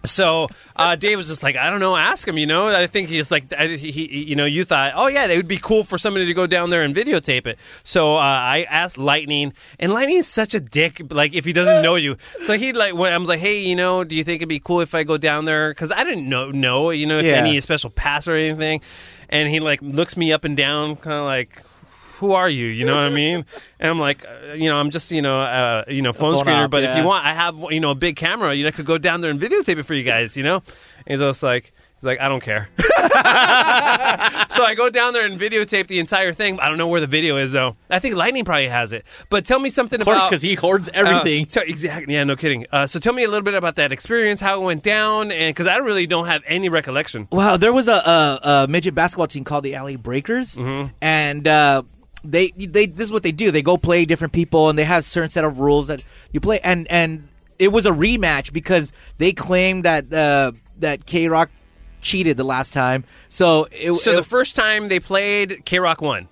Speaker 3: So uh, Dave was just like, I don't know, ask him. You know, I think he's like, I, he, he- you know, you thought, oh yeah, it would be cool for somebody to go down there and videotape it. So uh, I asked Lightning, and Lightning's such a dick. Like if he doesn't know you, so he like, when I'm like, hey, you know, do you think it'd be cool if I go down there? Because I didn't know, know, you know, if
Speaker 2: Yeah.
Speaker 3: any special pass or anything. And he like looks me up and down, kind of like. Who are you? You know what I mean? And I'm like, uh, you know, I'm just, you know, uh, you know, phone,
Speaker 2: phone
Speaker 3: screener.
Speaker 2: op,
Speaker 3: but if
Speaker 2: yeah.
Speaker 3: you want, I have you know a big camera. You know, I could go down there and videotape it for you guys. You know, and he's just like, he's like, I don't care. so I go down there and videotape the entire thing. I don't know where the video is though. I think Lightning probably has it. But tell me something
Speaker 2: Of course,
Speaker 3: about
Speaker 2: 'cause he hoards everything.
Speaker 3: Uh, so- exactly. Yeah, no kidding. Uh, so tell me a little bit about that experience, how it went down, and because I really don't have any recollection.
Speaker 2: Wow, there was a, a, a midget basketball team called the Alley Breakers,
Speaker 3: Mm-hmm.
Speaker 2: and uh, they they this is what they do. They go play different people, and they have certain set of rules that you play. And and it was a rematch because they claimed that uh, that K Rock cheated the last time, so it,
Speaker 3: so
Speaker 2: it,
Speaker 3: the first time they played, K Rock won.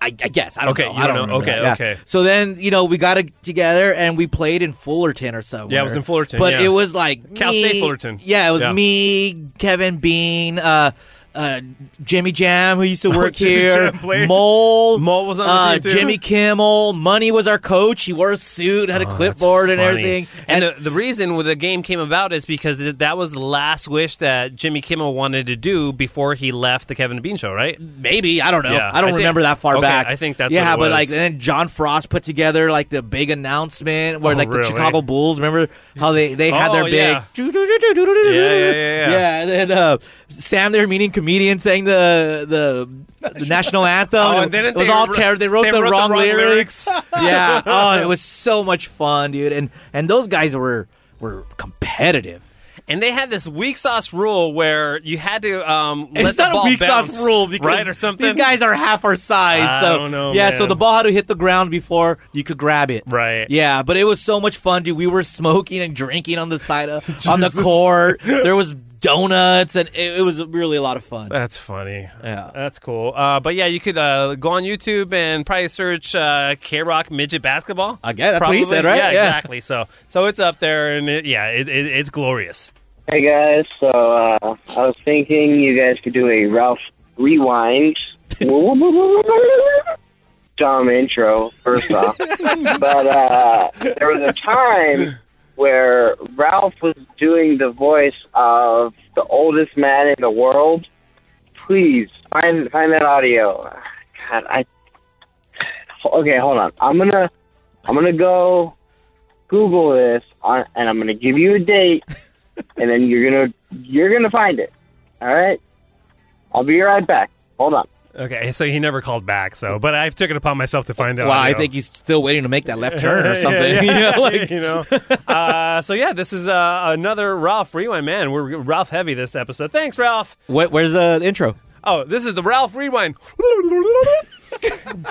Speaker 2: I, I guess I don't
Speaker 3: okay,
Speaker 2: know.
Speaker 3: You
Speaker 2: I don't
Speaker 3: know.
Speaker 2: remember
Speaker 3: Okay,
Speaker 2: that. Yeah.
Speaker 3: okay.
Speaker 2: So then you know we got it together and we played in Fullerton or somewhere.
Speaker 3: Yeah, it was in Fullerton,
Speaker 2: but
Speaker 3: yeah.
Speaker 2: it was like
Speaker 3: Cal
Speaker 2: me-
Speaker 3: State Fullerton.
Speaker 2: Yeah, it was
Speaker 3: Yeah.
Speaker 2: me, Kevin Bean, uh, uh, Jimmy Jam, who used to
Speaker 3: Oh,
Speaker 2: work
Speaker 3: Jimmy
Speaker 2: here,
Speaker 3: Jam played.
Speaker 2: Mole, Mole
Speaker 3: was on the
Speaker 2: uh,
Speaker 3: team, too.
Speaker 2: Jimmy Kimmel, Money was our coach. He wore a suit, had a clipboard and
Speaker 3: Oh, Funny.
Speaker 2: everything.
Speaker 3: And, the, the reason why the game came about is because th- that was the last wish that Jimmy Kimmel wanted to do before he left the Kevin and Bean show, right?
Speaker 2: Maybe I don't know. I don't
Speaker 3: think-
Speaker 2: remember that far
Speaker 3: okay,
Speaker 2: back.
Speaker 3: I think that's
Speaker 2: yeah,
Speaker 3: what it
Speaker 2: but like
Speaker 3: was.
Speaker 2: and then John Frost put together like the big announcement where
Speaker 3: Oh,
Speaker 2: like the
Speaker 3: really?
Speaker 2: Chicago Bulls. Remember how they they had
Speaker 3: Oh,
Speaker 2: their big
Speaker 3: yeah.
Speaker 2: yeah,
Speaker 3: yeah, yeah, yeah.
Speaker 2: and then uh, Sam, their meeting comedian, sang the the, the national anthem.
Speaker 3: Oh, and then
Speaker 2: it was
Speaker 3: they
Speaker 2: all
Speaker 3: wrote-
Speaker 2: terrible. They wrote,
Speaker 3: they
Speaker 2: the,
Speaker 3: wrote the
Speaker 2: wrong
Speaker 3: wrong
Speaker 2: lyrics.
Speaker 3: lyrics.
Speaker 2: yeah. Oh, it was so much fun, dude. And and those guys were were competitive.
Speaker 3: And they had this weak sauce rule where you had to um, let
Speaker 2: It's
Speaker 3: the
Speaker 2: not
Speaker 3: ball
Speaker 2: a weak
Speaker 3: bounce,
Speaker 2: sauce rule because
Speaker 3: right or something.
Speaker 2: these guys are half our size.
Speaker 3: I
Speaker 2: so
Speaker 3: don't know,
Speaker 2: yeah, so
Speaker 3: man.
Speaker 2: the ball had to hit the ground before you could grab it. Right. Yeah, but it was so much fun, dude. We were smoking and drinking on the side of, on the
Speaker 3: Jesus.
Speaker 2: court. There was donuts, and it, it was really a lot of fun.
Speaker 3: That's funny.
Speaker 2: Yeah,
Speaker 3: that's cool. Uh, but yeah, you could uh, go on YouTube and probably search uh, K Rock Midget Basketball.
Speaker 2: I guess that's what he
Speaker 3: Probably.
Speaker 2: said, right?
Speaker 3: Yeah,
Speaker 2: Yeah.
Speaker 3: exactly. So, so it's up there, and it, yeah, it, it, it's glorious.
Speaker 4: Hey guys, so uh, I was thinking you guys could do a Ralph rewind. Dumb intro, first off. but uh, there was a time where Ralph was doing the voice of the oldest man in the world. Please find find that audio. God, I okay, hold on. I'm gonna I'm gonna go Google this on, and I'm gonna give you a date and then you're gonna you're gonna find it. All right. I'll be right back. Hold on.
Speaker 3: Okay, so he never called back. So, but I took it upon myself to find out.
Speaker 2: Well, I think he's still waiting to make that left turn or
Speaker 3: Yeah,
Speaker 2: something.
Speaker 3: yeah.
Speaker 2: You know, like-
Speaker 3: You know? Uh, so yeah, this is uh, another Ralph Rewind. Man, we're Ralph heavy this episode. Thanks, Ralph.
Speaker 2: Where, where's the intro?
Speaker 3: Oh, this is the Ralph Rewind.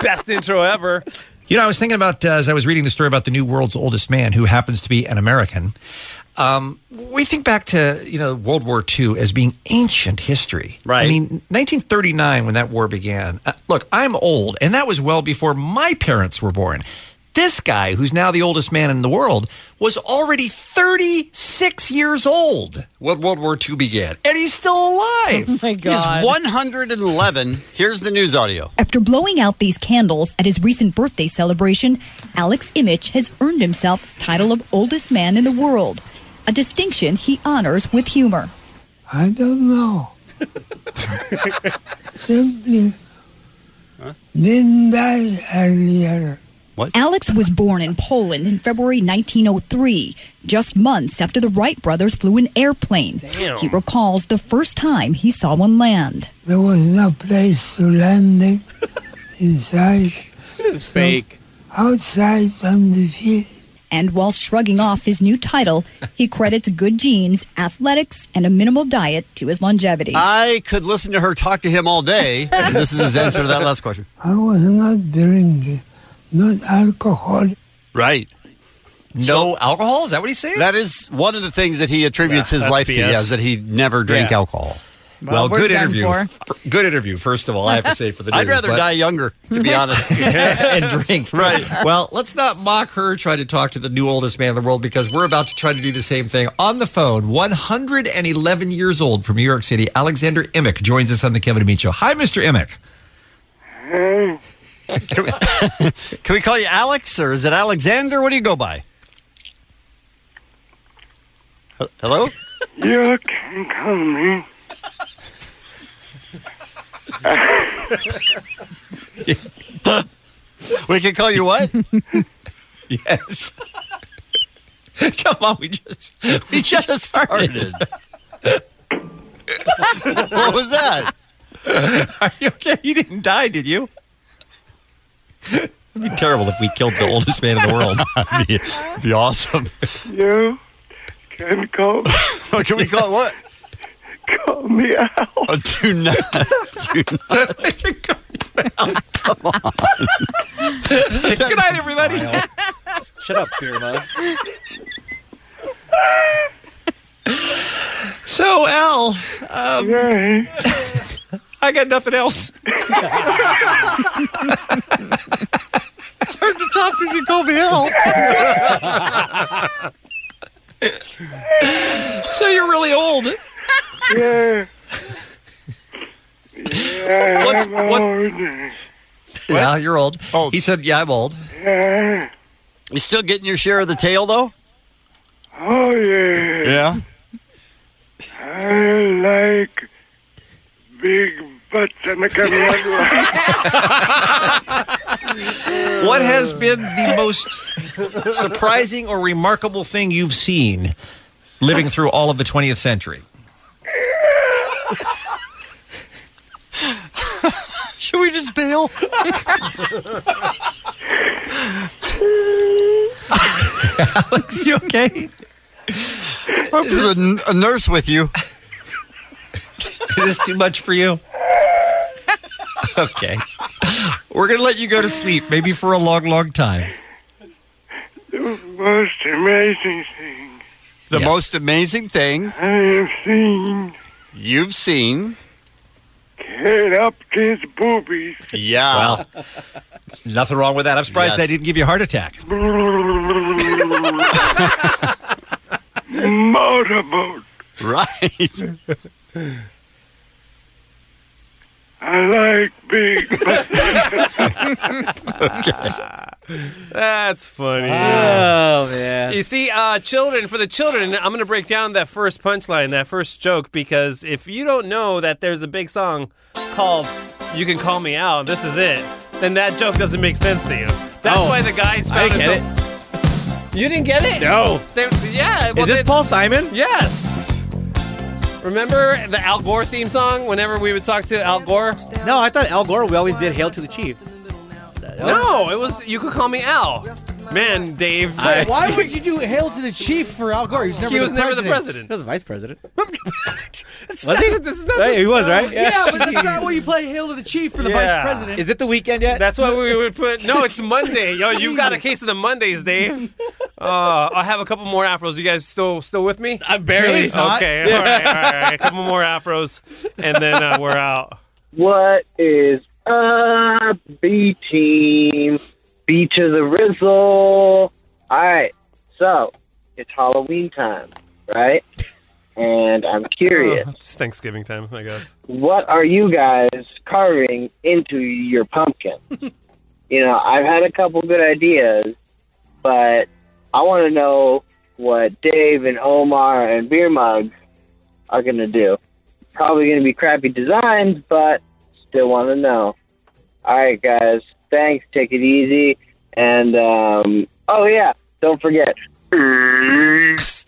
Speaker 3: Best intro ever.
Speaker 16: You know, I was thinking about uh, as I was reading the story about the new world's oldest man, who happens to be an American. Um, we think back to you know World War II as being ancient history. Right. I mean, 1939 when that war began. Uh, look, I'm old, and that was well before my parents were born. This guy, who's now the oldest man in the world, was already 36 years old when World War II began, and he's still alive.
Speaker 7: Oh my God.
Speaker 14: He's 111. Here's the news audio.
Speaker 7: After blowing out these candles at his recent birthday celebration, Alex Imich has earned himself title of oldest man in the world, a distinction he honors with humor.
Speaker 23: I don't know. Simply didn't die earlier.
Speaker 7: Alex was born in Poland in February 1903, just months after the Wright brothers flew an airplane.
Speaker 23: Damn.
Speaker 7: He recalls the first time he saw one land.
Speaker 23: There was no place to landing inside.
Speaker 2: This is fake.
Speaker 23: Outside on the field.
Speaker 7: And while shrugging off his new title, he credits good genes, athletics, and a minimal diet to his longevity.
Speaker 23: I
Speaker 14: could listen to her talk to him all day. And this is his answer to that last question.
Speaker 23: I was not drinking, not alcohol.
Speaker 14: Right.
Speaker 23: No
Speaker 14: alcohol? Is that what he's saying? That is one of the things that he attributes
Speaker 16: Yeah,
Speaker 14: his
Speaker 16: that's
Speaker 14: life to,
Speaker 16: BS.
Speaker 14: yeah, is that he never drank
Speaker 16: Yeah.
Speaker 14: alcohol.
Speaker 16: Well,
Speaker 14: we're
Speaker 16: good
Speaker 14: done
Speaker 16: interview.
Speaker 14: for.
Speaker 16: F- Good interview, first of all, I have to say for the
Speaker 14: I'd
Speaker 16: news,
Speaker 14: rather
Speaker 16: but-
Speaker 14: die younger, to be honest,
Speaker 16: and drink. Right. Well, let's not mock her trying to talk to the new oldest man in the world because we're about to try to do the same thing on the phone. 111 years old from New York City, Alexander Emick joins us on the Kevin and Bean Show. Hi, Mr. Emick.
Speaker 23: Hey,
Speaker 14: Mm. Can we, can we call you Alex or is it Alexander? What do you go by? He- Hello?
Speaker 23: you can call me.
Speaker 14: we can call you what? yes. Come on, we just we just started. what was that? Are you okay? You didn't die, did you? It'd be terrible if we killed the oldest man in the world. it'd, be, it'd be awesome.
Speaker 23: You can call.
Speaker 14: Oh, can we call it what?
Speaker 23: Call me out.
Speaker 14: Oh, do not. Do not. Come on.
Speaker 16: Good night, everybody.
Speaker 2: Shut up, beer mug.
Speaker 16: So, Al, um, I got nothing else.
Speaker 6: Turn the top if you call me Al.
Speaker 16: so you're really old.
Speaker 6: yeah.
Speaker 16: Yeah, What's- I'm what-
Speaker 14: Yeah, you're old. He said, "Yeah, I'm old."
Speaker 6: Yeah.
Speaker 14: You still getting your share of the tail though?
Speaker 6: Oh, yeah.
Speaker 14: Yeah.
Speaker 6: I like big butts and I can run
Speaker 16: What has been the most surprising or remarkable thing you've seen living through all of the 20th century?
Speaker 6: Should we just bail?
Speaker 16: Alex, you okay?
Speaker 6: hope there's
Speaker 16: a, a nurse with you. Is this too much for you? Okay. We're going to let you go to sleep, maybe for a long, long time.
Speaker 6: The most amazing thing
Speaker 14: The most amazing thing
Speaker 6: I have seen
Speaker 14: you've seen.
Speaker 6: Kate Upton's boobies.
Speaker 16: Yeah. Well, nothing wrong with that. I'm
Speaker 6: Yes.
Speaker 16: surprised that didn't give you a heart attack.
Speaker 6: Motorboat.
Speaker 14: Right.
Speaker 6: I like big
Speaker 3: That's funny.
Speaker 2: Oh, man.
Speaker 3: You see, uh, children, for the children, I'm going to break down that first punchline, that first joke, because if you don't know that there's a big song called You Can Call Me Out, this is it, then that joke doesn't make sense to you. That's
Speaker 2: Oh,
Speaker 3: why the guys
Speaker 2: I
Speaker 3: found
Speaker 2: get
Speaker 3: it. so- You didn't get it?
Speaker 2: No.
Speaker 3: They- yeah. well,
Speaker 2: Is this
Speaker 3: they-
Speaker 2: Paul Simon?
Speaker 3: Yes. Remember the Al Gore theme song whenever we would talk to Al Gore?
Speaker 2: No, Oh, I thought Al Gore, we always did Hail to the Chief.
Speaker 3: No, it was You Could Call Me Al. Man, Dave.
Speaker 2: Wait,
Speaker 5: Why would you do hail to the chief for Al Gore? He was never,
Speaker 3: He
Speaker 5: the,
Speaker 3: was never
Speaker 5: president.
Speaker 3: the president.
Speaker 2: He was vice president.
Speaker 5: was
Speaker 2: he? Hey, he was, right?
Speaker 5: Yeah,
Speaker 2: Yeah.
Speaker 5: but that's not what you play hail to the chief for the vice president.
Speaker 2: Is it the weekend yet?
Speaker 3: That's why we would put. No, it's Monday. Yo, you got a case of the Mondays, Dave. Uh, I'll have a couple more afros. You guys still still with me? I'm
Speaker 6: barely. Dave's not.
Speaker 3: Okay, all right, all right. A couple more afros, and then uh, we're out.
Speaker 4: What is up, B team? B to the Rizzle. All right, so it's Halloween time, right? And I'm curious,
Speaker 3: Uh, it's Thanksgiving time, I guess.
Speaker 4: what are you guys carving into your pumpkin? you know, I've had a couple good ideas, but I want to know what Dave and Omar and Beer Mug are going to do. Probably going to be crappy designs, but still want to know. All right, guys. Thanks. Take it easy. And, um, oh, yeah. Don't forget.
Speaker 3: This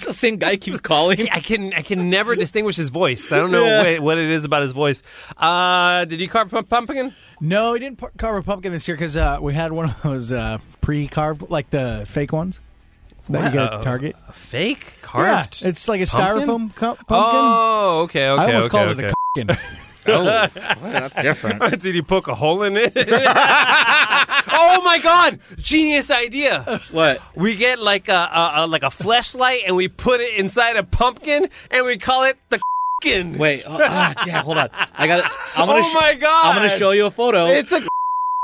Speaker 3: the same guy keeps calling. I can I can never distinguish his voice. I don't know
Speaker 5: Yeah.
Speaker 3: what, what it is about his voice. Uh, did you carve pump- pumpkin?
Speaker 5: No, he didn't par- carve a pumpkin this year because uh, we had one of those uh, pre-carved, like the fake ones that you get
Speaker 3: Wow.
Speaker 5: at Target.
Speaker 3: A fake carved?
Speaker 5: Yeah, it's like a
Speaker 3: pumpkin?
Speaker 5: styrofoam cu- pumpkin.
Speaker 3: Oh, okay, okay.
Speaker 5: I almost
Speaker 3: okay,
Speaker 5: called
Speaker 3: okay.
Speaker 5: it a pumpkin.
Speaker 3: Oh,
Speaker 5: well,
Speaker 3: that's
Speaker 5: different.
Speaker 3: Did he poke a hole in it? oh my god! Genius idea.
Speaker 2: What?
Speaker 3: We get like a, a, a like a flashlight and we put it inside a pumpkin and we call it the. pumpkin.
Speaker 2: Wait, oh, ah, damn, hold on. I got. I'm gonna.
Speaker 3: Oh my God.
Speaker 2: I'm gonna show you a photo.
Speaker 3: It's a.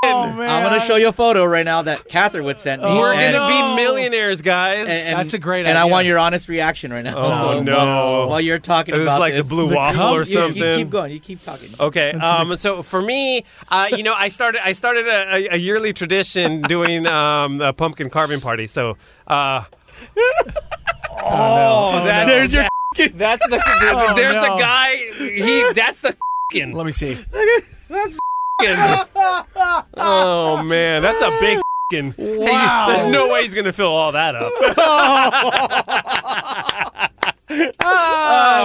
Speaker 2: Oh, man. I'm gonna show you a photo right now that Catherine would send me.
Speaker 3: Oh, We're
Speaker 2: and-
Speaker 3: gonna be millionaires, guys.
Speaker 2: and- and- And I want your honest reaction right now.
Speaker 3: Oh,
Speaker 2: So,
Speaker 3: no.
Speaker 2: While, while you're talking
Speaker 3: It's
Speaker 2: about
Speaker 3: like
Speaker 2: this.
Speaker 3: the blue waffle or
Speaker 2: You- you
Speaker 3: something.
Speaker 2: keep going. You keep talking.
Speaker 3: Okay, um, so for me, uh, you know, I started I started a, a- a yearly tradition doing um, a pumpkin carving party. So, uh, oh, that-
Speaker 6: There's your
Speaker 3: that- that's the
Speaker 6: Oh,
Speaker 3: there's
Speaker 6: no.
Speaker 3: a guy he that's the
Speaker 5: Let me see.
Speaker 6: That's
Speaker 3: oh man, that's a big
Speaker 6: Wow.
Speaker 3: Hey, there's no way he's gonna fill all that up.
Speaker 2: Oh,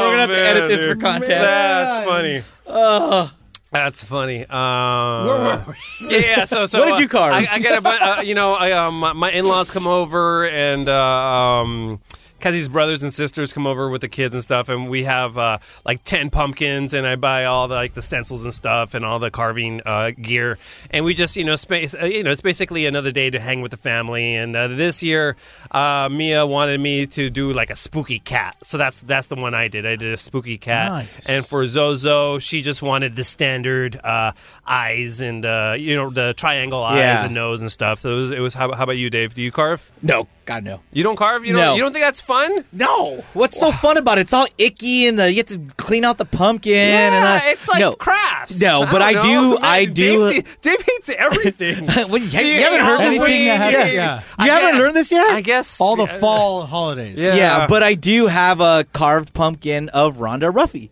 Speaker 2: we're gonna have to edit this for content.
Speaker 3: That's funny.
Speaker 2: Oh.
Speaker 3: That's funny. Um,
Speaker 2: Where were
Speaker 3: Yeah. So, so
Speaker 2: What did
Speaker 3: uh,
Speaker 2: you carve?
Speaker 3: I, I got a, bu- uh, you know, I, um, my in-laws come over, and uh, um, Kazzy's brothers and sisters come over with the kids and stuff, and we have uh, like ten pumpkins, and I buy all the like the stencils and stuff, and all the carving uh, gear, and we just you know space uh, you know it's basically another day to hang with the family. And uh, this year, uh, Mia wanted me to do like a spooky cat, so that's that's the one I did. I did a spooky cat,
Speaker 5: Nice.
Speaker 3: and for Zozo, she just wanted the standard uh, eyes and uh, you know the triangle eyes
Speaker 2: Yeah.
Speaker 3: and nose and stuff. So it was, it was how, how about you, Dave? Do you carve?
Speaker 2: No, God no.
Speaker 3: You don't carve. You don't.
Speaker 2: No.
Speaker 3: You don't think that's fun?
Speaker 2: No. What's so fun about it? It's all icky and the, you have to clean out the pumpkin. and
Speaker 3: Yeah,
Speaker 2: all-
Speaker 3: it's like
Speaker 2: no.
Speaker 3: crafts.
Speaker 2: No,
Speaker 3: I
Speaker 2: but I
Speaker 3: don't
Speaker 2: do.
Speaker 3: know.
Speaker 2: I do.
Speaker 3: Dave, Dave hates everything.
Speaker 2: What, you, you haven't heard this
Speaker 5: Anything
Speaker 2: yet?
Speaker 5: that has- yeah.
Speaker 2: You haven't learned this yet? I
Speaker 3: guess
Speaker 5: all the fall holidays.
Speaker 2: Yeah. but I do have a carved pumpkin of Rhonda Ruffey.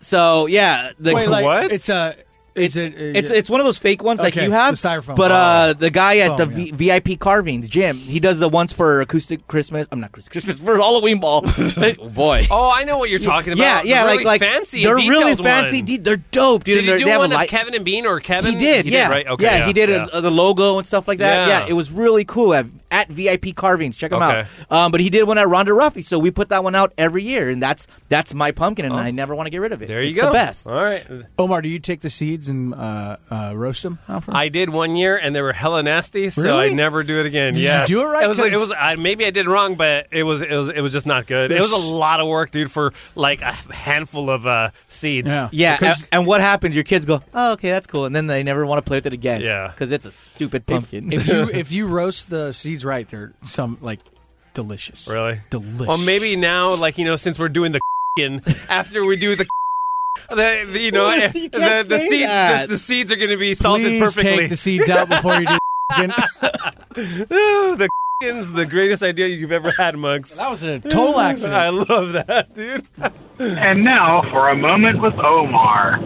Speaker 2: So yeah, the
Speaker 5: Wait, like, What? It's a. Is it? uh,
Speaker 2: It's it's one of those fake ones
Speaker 5: Okay,
Speaker 2: like you have,
Speaker 5: the styrofoam.
Speaker 2: but
Speaker 5: Oh.
Speaker 2: uh, the guy at the
Speaker 5: Foam,
Speaker 2: v- VIP carvings, Jim, he does the ones for acoustic Christmas. I'm not Christmas, Christmas for Halloween ball. oh boy,
Speaker 3: Oh, I know what you're talking about.
Speaker 2: Yeah, yeah,
Speaker 3: The
Speaker 2: like
Speaker 3: really
Speaker 2: like
Speaker 3: fancy,
Speaker 2: They're really
Speaker 3: detailed
Speaker 2: fancy.
Speaker 3: one.
Speaker 2: De- they're dope, dude.
Speaker 3: Did
Speaker 2: and
Speaker 3: he
Speaker 2: they're-
Speaker 3: do
Speaker 2: they have
Speaker 3: one
Speaker 2: a
Speaker 3: of
Speaker 2: light-
Speaker 3: Kevin and Bean or Kevin?
Speaker 2: He did, yeah,
Speaker 3: right. Okay,
Speaker 2: yeah, he did
Speaker 3: yeah.
Speaker 2: uh, the logo and stuff like that.
Speaker 3: Yeah.
Speaker 2: Yeah, it was really cool at, at VIP Carvings. Check him
Speaker 3: Okay.
Speaker 2: out. Um, but he did one at Ronda Ruffy, so we put that one out every year, and that's that's my pumpkin, and
Speaker 5: Oh.
Speaker 2: I never want to get rid of it.
Speaker 3: There you
Speaker 2: It's
Speaker 3: go.
Speaker 2: The best.
Speaker 3: All right.
Speaker 5: Omar, do you take the seeds and uh, uh, roast them? Alfred?
Speaker 3: I did one year, and they were hella nasty, so
Speaker 5: Really?
Speaker 3: I never do it again.
Speaker 5: Did you
Speaker 3: yeah,
Speaker 5: do it right?
Speaker 3: It was, it
Speaker 5: 'Cause-
Speaker 3: was I, maybe I did it wrong, but it was it was it was just not good. It
Speaker 2: There's-
Speaker 3: was a lot of work, dude, for like a handful of uh, seeds.
Speaker 2: Yeah, and, and what happens? Your kids go, "Oh, okay, that's cool," and then they never want to play with it again. Yeah, because it's a stupid pumpkin.
Speaker 5: if you if you roast the seeds right, they're some like delicious.
Speaker 3: Really?
Speaker 5: delicious.
Speaker 3: Well, maybe now, like you know, since we're doing the in after we do the. The, the- you know eh,
Speaker 5: You
Speaker 3: the,
Speaker 5: can't
Speaker 3: the,
Speaker 5: say
Speaker 3: seed, the,
Speaker 5: that.
Speaker 3: the seeds are going to be salted
Speaker 5: Please
Speaker 3: perfectly.
Speaker 5: take the seeds out before you do
Speaker 3: Ooh, Oh, the is the greatest idea you've ever had, Mugs. That
Speaker 5: was a
Speaker 1: total accident.
Speaker 3: I love that, dude.
Speaker 1: And now for a moment with Omar.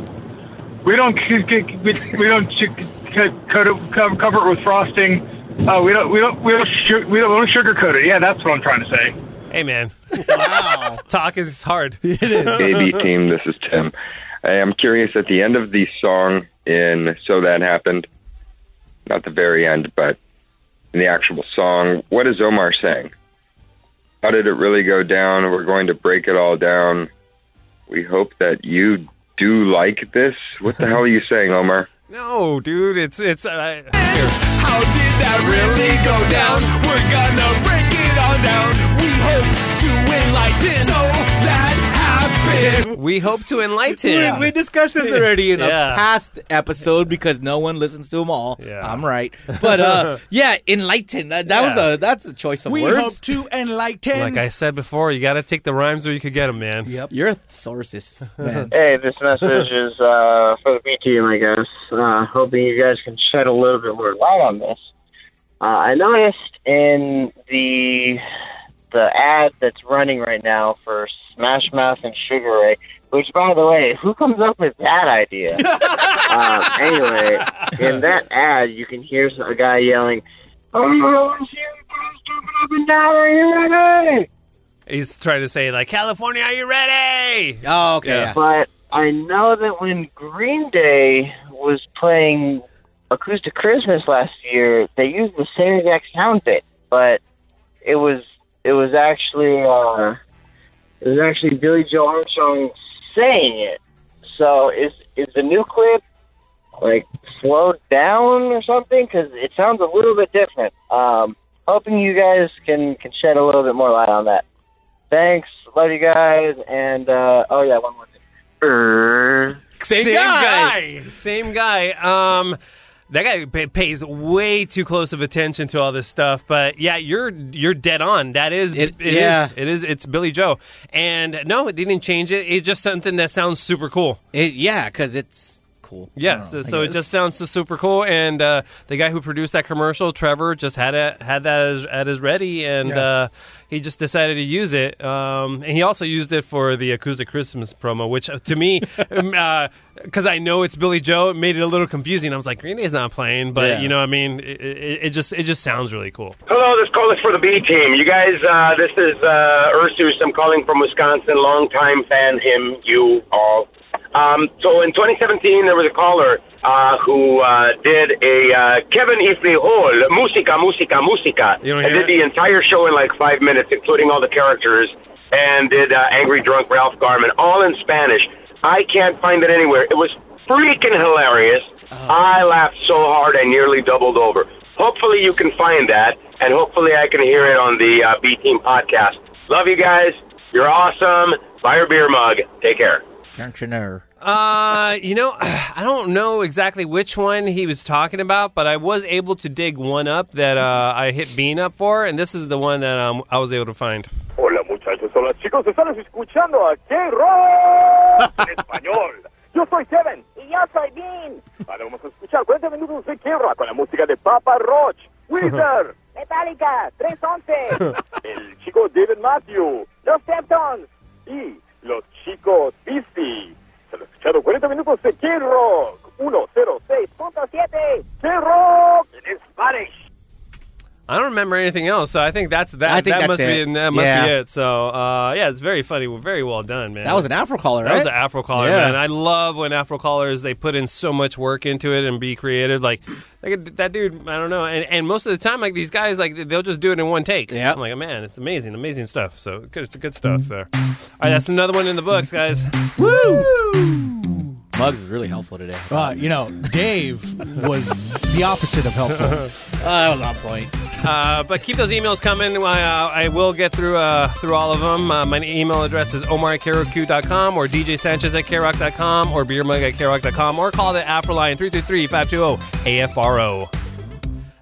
Speaker 1: We don't c- c- we, we don't c- c- coat it, co- cover it with frosting. Uh, we don't we don't we don't su- we don't, we don't sugarcoat it. Yeah, that's what I'm trying to say.
Speaker 3: Hey, man. Wow. Talk is hard. It is.
Speaker 10: Hey, B team, this is Tim. I am curious at the end of the song in So That Happened, not the very end, but in the actual song, what is Omar saying? How did it really go down? We're going to break it all down. We hope that you do like this. What the hell are you saying, Omar?
Speaker 3: No, dude, it's it's. Uh,
Speaker 18: How did that really go down? We're gonna break it all down. We hope to enlighten. So that happened.
Speaker 3: we hope to enlighten.
Speaker 2: We, we discussed this already in
Speaker 3: Yeah.
Speaker 2: a past episode because no one listens to them all.
Speaker 3: Yeah.
Speaker 2: I'm right, but uh, yeah, enlighten. That, that
Speaker 3: Yeah.
Speaker 2: was a that's a choice of
Speaker 5: We
Speaker 2: words.
Speaker 5: hope to enlighten.
Speaker 3: Like I said before, you got to take the rhymes where you could get them, man.
Speaker 2: Yep. You're a thesaurist, man.
Speaker 4: Hey, this message is uh, for the B team, I guess. Uh, hoping you guys can shed a little bit more light on this. Uh, I noticed in the the ad that's running right now for Smash Mouth and Sugar Ray, which, by the way, who comes up with that idea? um, anyway, in that ad, you can hear a guy yelling, "Oh,
Speaker 3: He's trying to say like, California, are you ready?
Speaker 2: Oh,
Speaker 4: But I know that when Green Day was playing Acoustic Christmas last year, they used the same exact sound bit, but it was it was actually uh, it was actually Billy Joe Armstrong saying it. So is is the new clip like slowed down or something? Because it sounds a little bit different. Um, hoping you guys can can shed a little bit more light on that. Thanks, love you guys, and uh, oh yeah, one more thing.
Speaker 3: Er, Same, guy. Same guy. Um, that guy pa- pays way too close of attention to all this stuff. But yeah, you're you're dead on. That is it. it is-
Speaker 2: yeah.
Speaker 3: it is. It's Billy Joe. And no, it didn't change it. It's just something that sounds super cool.
Speaker 2: It, yeah, because it's cool.
Speaker 3: Yeah,
Speaker 2: I
Speaker 3: so,
Speaker 2: don't know, I
Speaker 3: so it
Speaker 2: guess.
Speaker 3: just sounds so super cool, and uh, the guy who produced that commercial, Trevor, just had it had that as, at his ready, and
Speaker 2: Yeah.
Speaker 3: uh, he just decided to use it. Um, and he also used it for the acoustic Christmas promo, which uh, to me, because I know it's Billy Joe, it made it a little confusing. I was like, Green Day's not playing, but
Speaker 12: Yeah.
Speaker 3: you know, what I mean, it, it, it just it just sounds really cool.
Speaker 12: Hello, this call is for the B team. You guys, uh, this is uh, Ursus. I'm calling from Wisconsin. Longtime fan, him, you all. Um, so in 2017, there was a caller uh, who uh, did a uh, Kevin Iflihol, Musica, Musica, Musica.
Speaker 3: You don't
Speaker 12: and
Speaker 3: hear
Speaker 12: did the entire show in like five minutes, including all the characters, and did uh, Angry Drunk Ralph Garman, all in Spanish. I can't find it anywhere. It was freaking hilarious.
Speaker 3: Uh-huh.
Speaker 12: I laughed so hard I nearly doubled over. Hopefully you can find that, and hopefully I can hear it on the uh, B Team podcast. Love you guys. You're awesome. Buy your beer mug. Take care.
Speaker 2: Cantioner.
Speaker 3: Uh, you know, I don't know exactly which one he was talking about, but I was able to dig one up that uh, I hit Bean up for, and this is the one that um, I was able to find.
Speaker 24: Hola muchachos, hola chicos, están escuchando a K-Rock en español. Yo soy Kevin.
Speaker 18: Y yo soy Bean.
Speaker 24: Ahora vamos a escuchar 40 minutos de K-Rock con la música de Papa Roach, Wizard,
Speaker 18: Metallica, 311.
Speaker 24: el chico David Matthew,
Speaker 18: Los Temptons.
Speaker 24: y los chicos Beastie. Se han escuchado 40 minutos de K-Rock 106.7. K-Rock en español.
Speaker 3: I don't remember anything else, so I think that's that.
Speaker 2: I think
Speaker 3: that
Speaker 2: that's
Speaker 3: must
Speaker 2: it.
Speaker 3: be that must
Speaker 2: Yeah.
Speaker 3: be it. So uh, yeah, it's very funny, very well done, man.
Speaker 2: That was an Afro caller,
Speaker 3: That was an
Speaker 2: right?
Speaker 3: Afro caller,
Speaker 2: Yeah.
Speaker 3: man. I love when Afro callers they put in so much work into it and be creative. Like, like that dude, I don't know. And, and most of the time, like these guys, like they'll just do it in one take. Yeah, I'm like, man, it's amazing, amazing stuff. So good, it's good stuff there. All right, that's another one in the books, guys.
Speaker 2: Woo! Mugs is really helpful today.
Speaker 5: Uh, you know, Dave was the opposite of helpful.
Speaker 2: that was on point.
Speaker 3: Uh, but keep those emails coming. I, uh, I will get through uh, through all of them. Uh, my email address is omarkaroku.com or DJ Sanchez at krock.com or beermug at krock.com or call the Afroline 323 520 AFRO.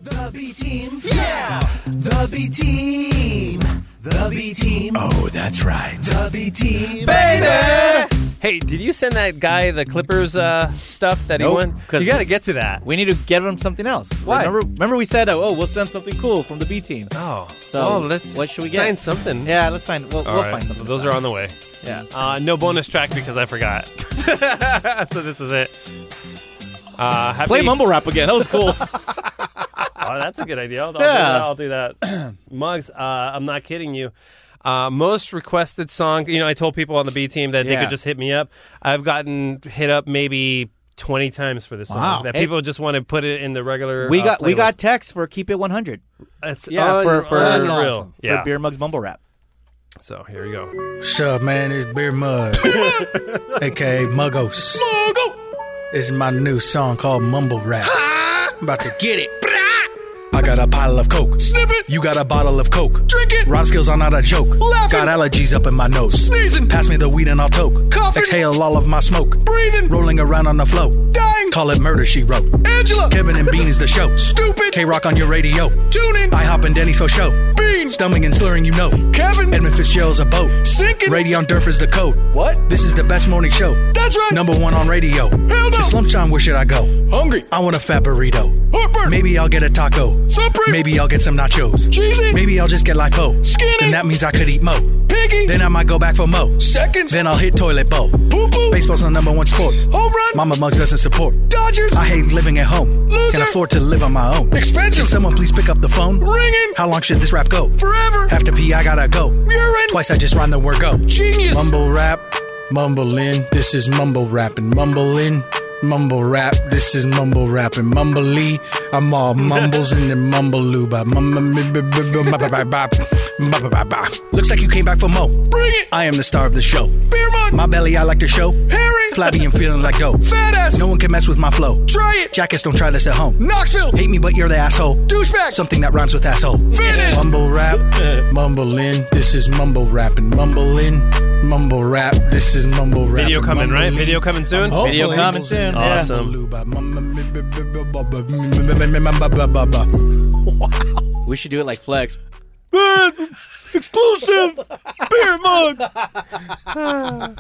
Speaker 6: The B team. Yeah. The B team. The B team. Oh, that's right. The B team.
Speaker 3: Hey, did you send that guy the Clippers uh, stuff that he won? You got to get to that.
Speaker 2: We need to get him something else.
Speaker 3: Why?
Speaker 2: Remember, remember we said, oh, oh, we'll send something cool from the B team.
Speaker 3: Oh,
Speaker 2: so
Speaker 3: well, let's
Speaker 2: what should we get?
Speaker 3: sign something.
Speaker 2: Yeah, let's sign. We'll,
Speaker 3: All
Speaker 2: we'll
Speaker 3: right,
Speaker 2: find something.
Speaker 3: Those are on the way.
Speaker 2: Yeah.
Speaker 3: Uh, no bonus track because I forgot. so this is it. Uh, happy-
Speaker 2: Play mumble rap again. That was cool.
Speaker 3: oh, that's a good idea. I'll,
Speaker 2: Yeah.
Speaker 3: I'll do that. I'll do that. Mugs, uh, I'm not kidding you. Uh, most requested song, you know, I told people on the B team that they
Speaker 2: Yeah.
Speaker 3: could just hit me up. I've gotten hit up maybe 20 times for this song.
Speaker 2: Wow.
Speaker 3: That
Speaker 2: Hey.
Speaker 3: people just want to put it in the regular.
Speaker 2: we
Speaker 3: uh,
Speaker 2: got we
Speaker 3: playlist.
Speaker 2: got text for keep it 100.
Speaker 3: It's
Speaker 2: yeah, for for,
Speaker 3: unreal.
Speaker 2: for
Speaker 3: Yeah.
Speaker 2: beer mugs mumble rap.
Speaker 3: So here we go.
Speaker 5: What's up, man? It's Beer Mug, aka Muggos. This is my new song called Mumble Rap. I'm about to get it. I got a bottle of Coke. Sniff it. You got a bottle of Coke. Drink it. Rhyme skills are not a joke. Laughing. Got allergies up in my nose. Sneezing. Pass me the weed and I'll toke. Coughing. Exhale all of my smoke. Breathing. Rolling around on the flow. Dying. Call it murder, she wrote. Angela. Kevin and Bean is the show. Stupid. K Rock on your radio. Tune in. I hop and Denny's for show. Bean. Stumbling and slurring, you know. Kevin. Edmund Fitzgerald's a boat. Sinking. Radion Durf is the code. What? This is the best morning show. That's right. Number one on radio. Hell no. It's lunchtime. Where should I go? Hungry. I want a fat burrito. Maybe I'll get a taco. Maybe I'll get some nachos. Cheesy. Maybe I'll just get lipo. Skinny. And that means I could eat mo. Piggy. Then I might go back for mo. Seconds. Then I'll hit toilet bowl. Poo poo. Baseball's the number one sport. Home run. Mama Mugs doesn't support. Dodgers. I hate living at home. Can afford to live on my own. Expensive. Can someone please pick up the phone? Ringing. How long should this rap go? Forever. After pee, I gotta go. Urine. Twice I just rhyme the word go. Genius. Mumble rap. Mumble in. This is mumble rapping. Mumble in. Mumble rap, this is mumble rapping, mumbly. I'm all mumbles and then mumble by Looks like you came back for mo. Bring it! I am the star of the show. Beer mug. My belly, I like to show. Harry. Flabby and feeling like dope. Fat ass. No one can mess with my flow. Try it. Jackets, don't try this at home. Knoxville. Hate me, but you're the asshole. Douchebag. Something that rhymes with asshole. Finished. Mumble rap, mumble in. This is mumble rapping, mumble in. Mumble rap, this is mumble rapping.
Speaker 3: Video coming, right? Video coming soon?
Speaker 5: Hopefully.
Speaker 3: Video coming soon. Awesome.
Speaker 2: We should do it like flex.
Speaker 6: Exclusive beer mug.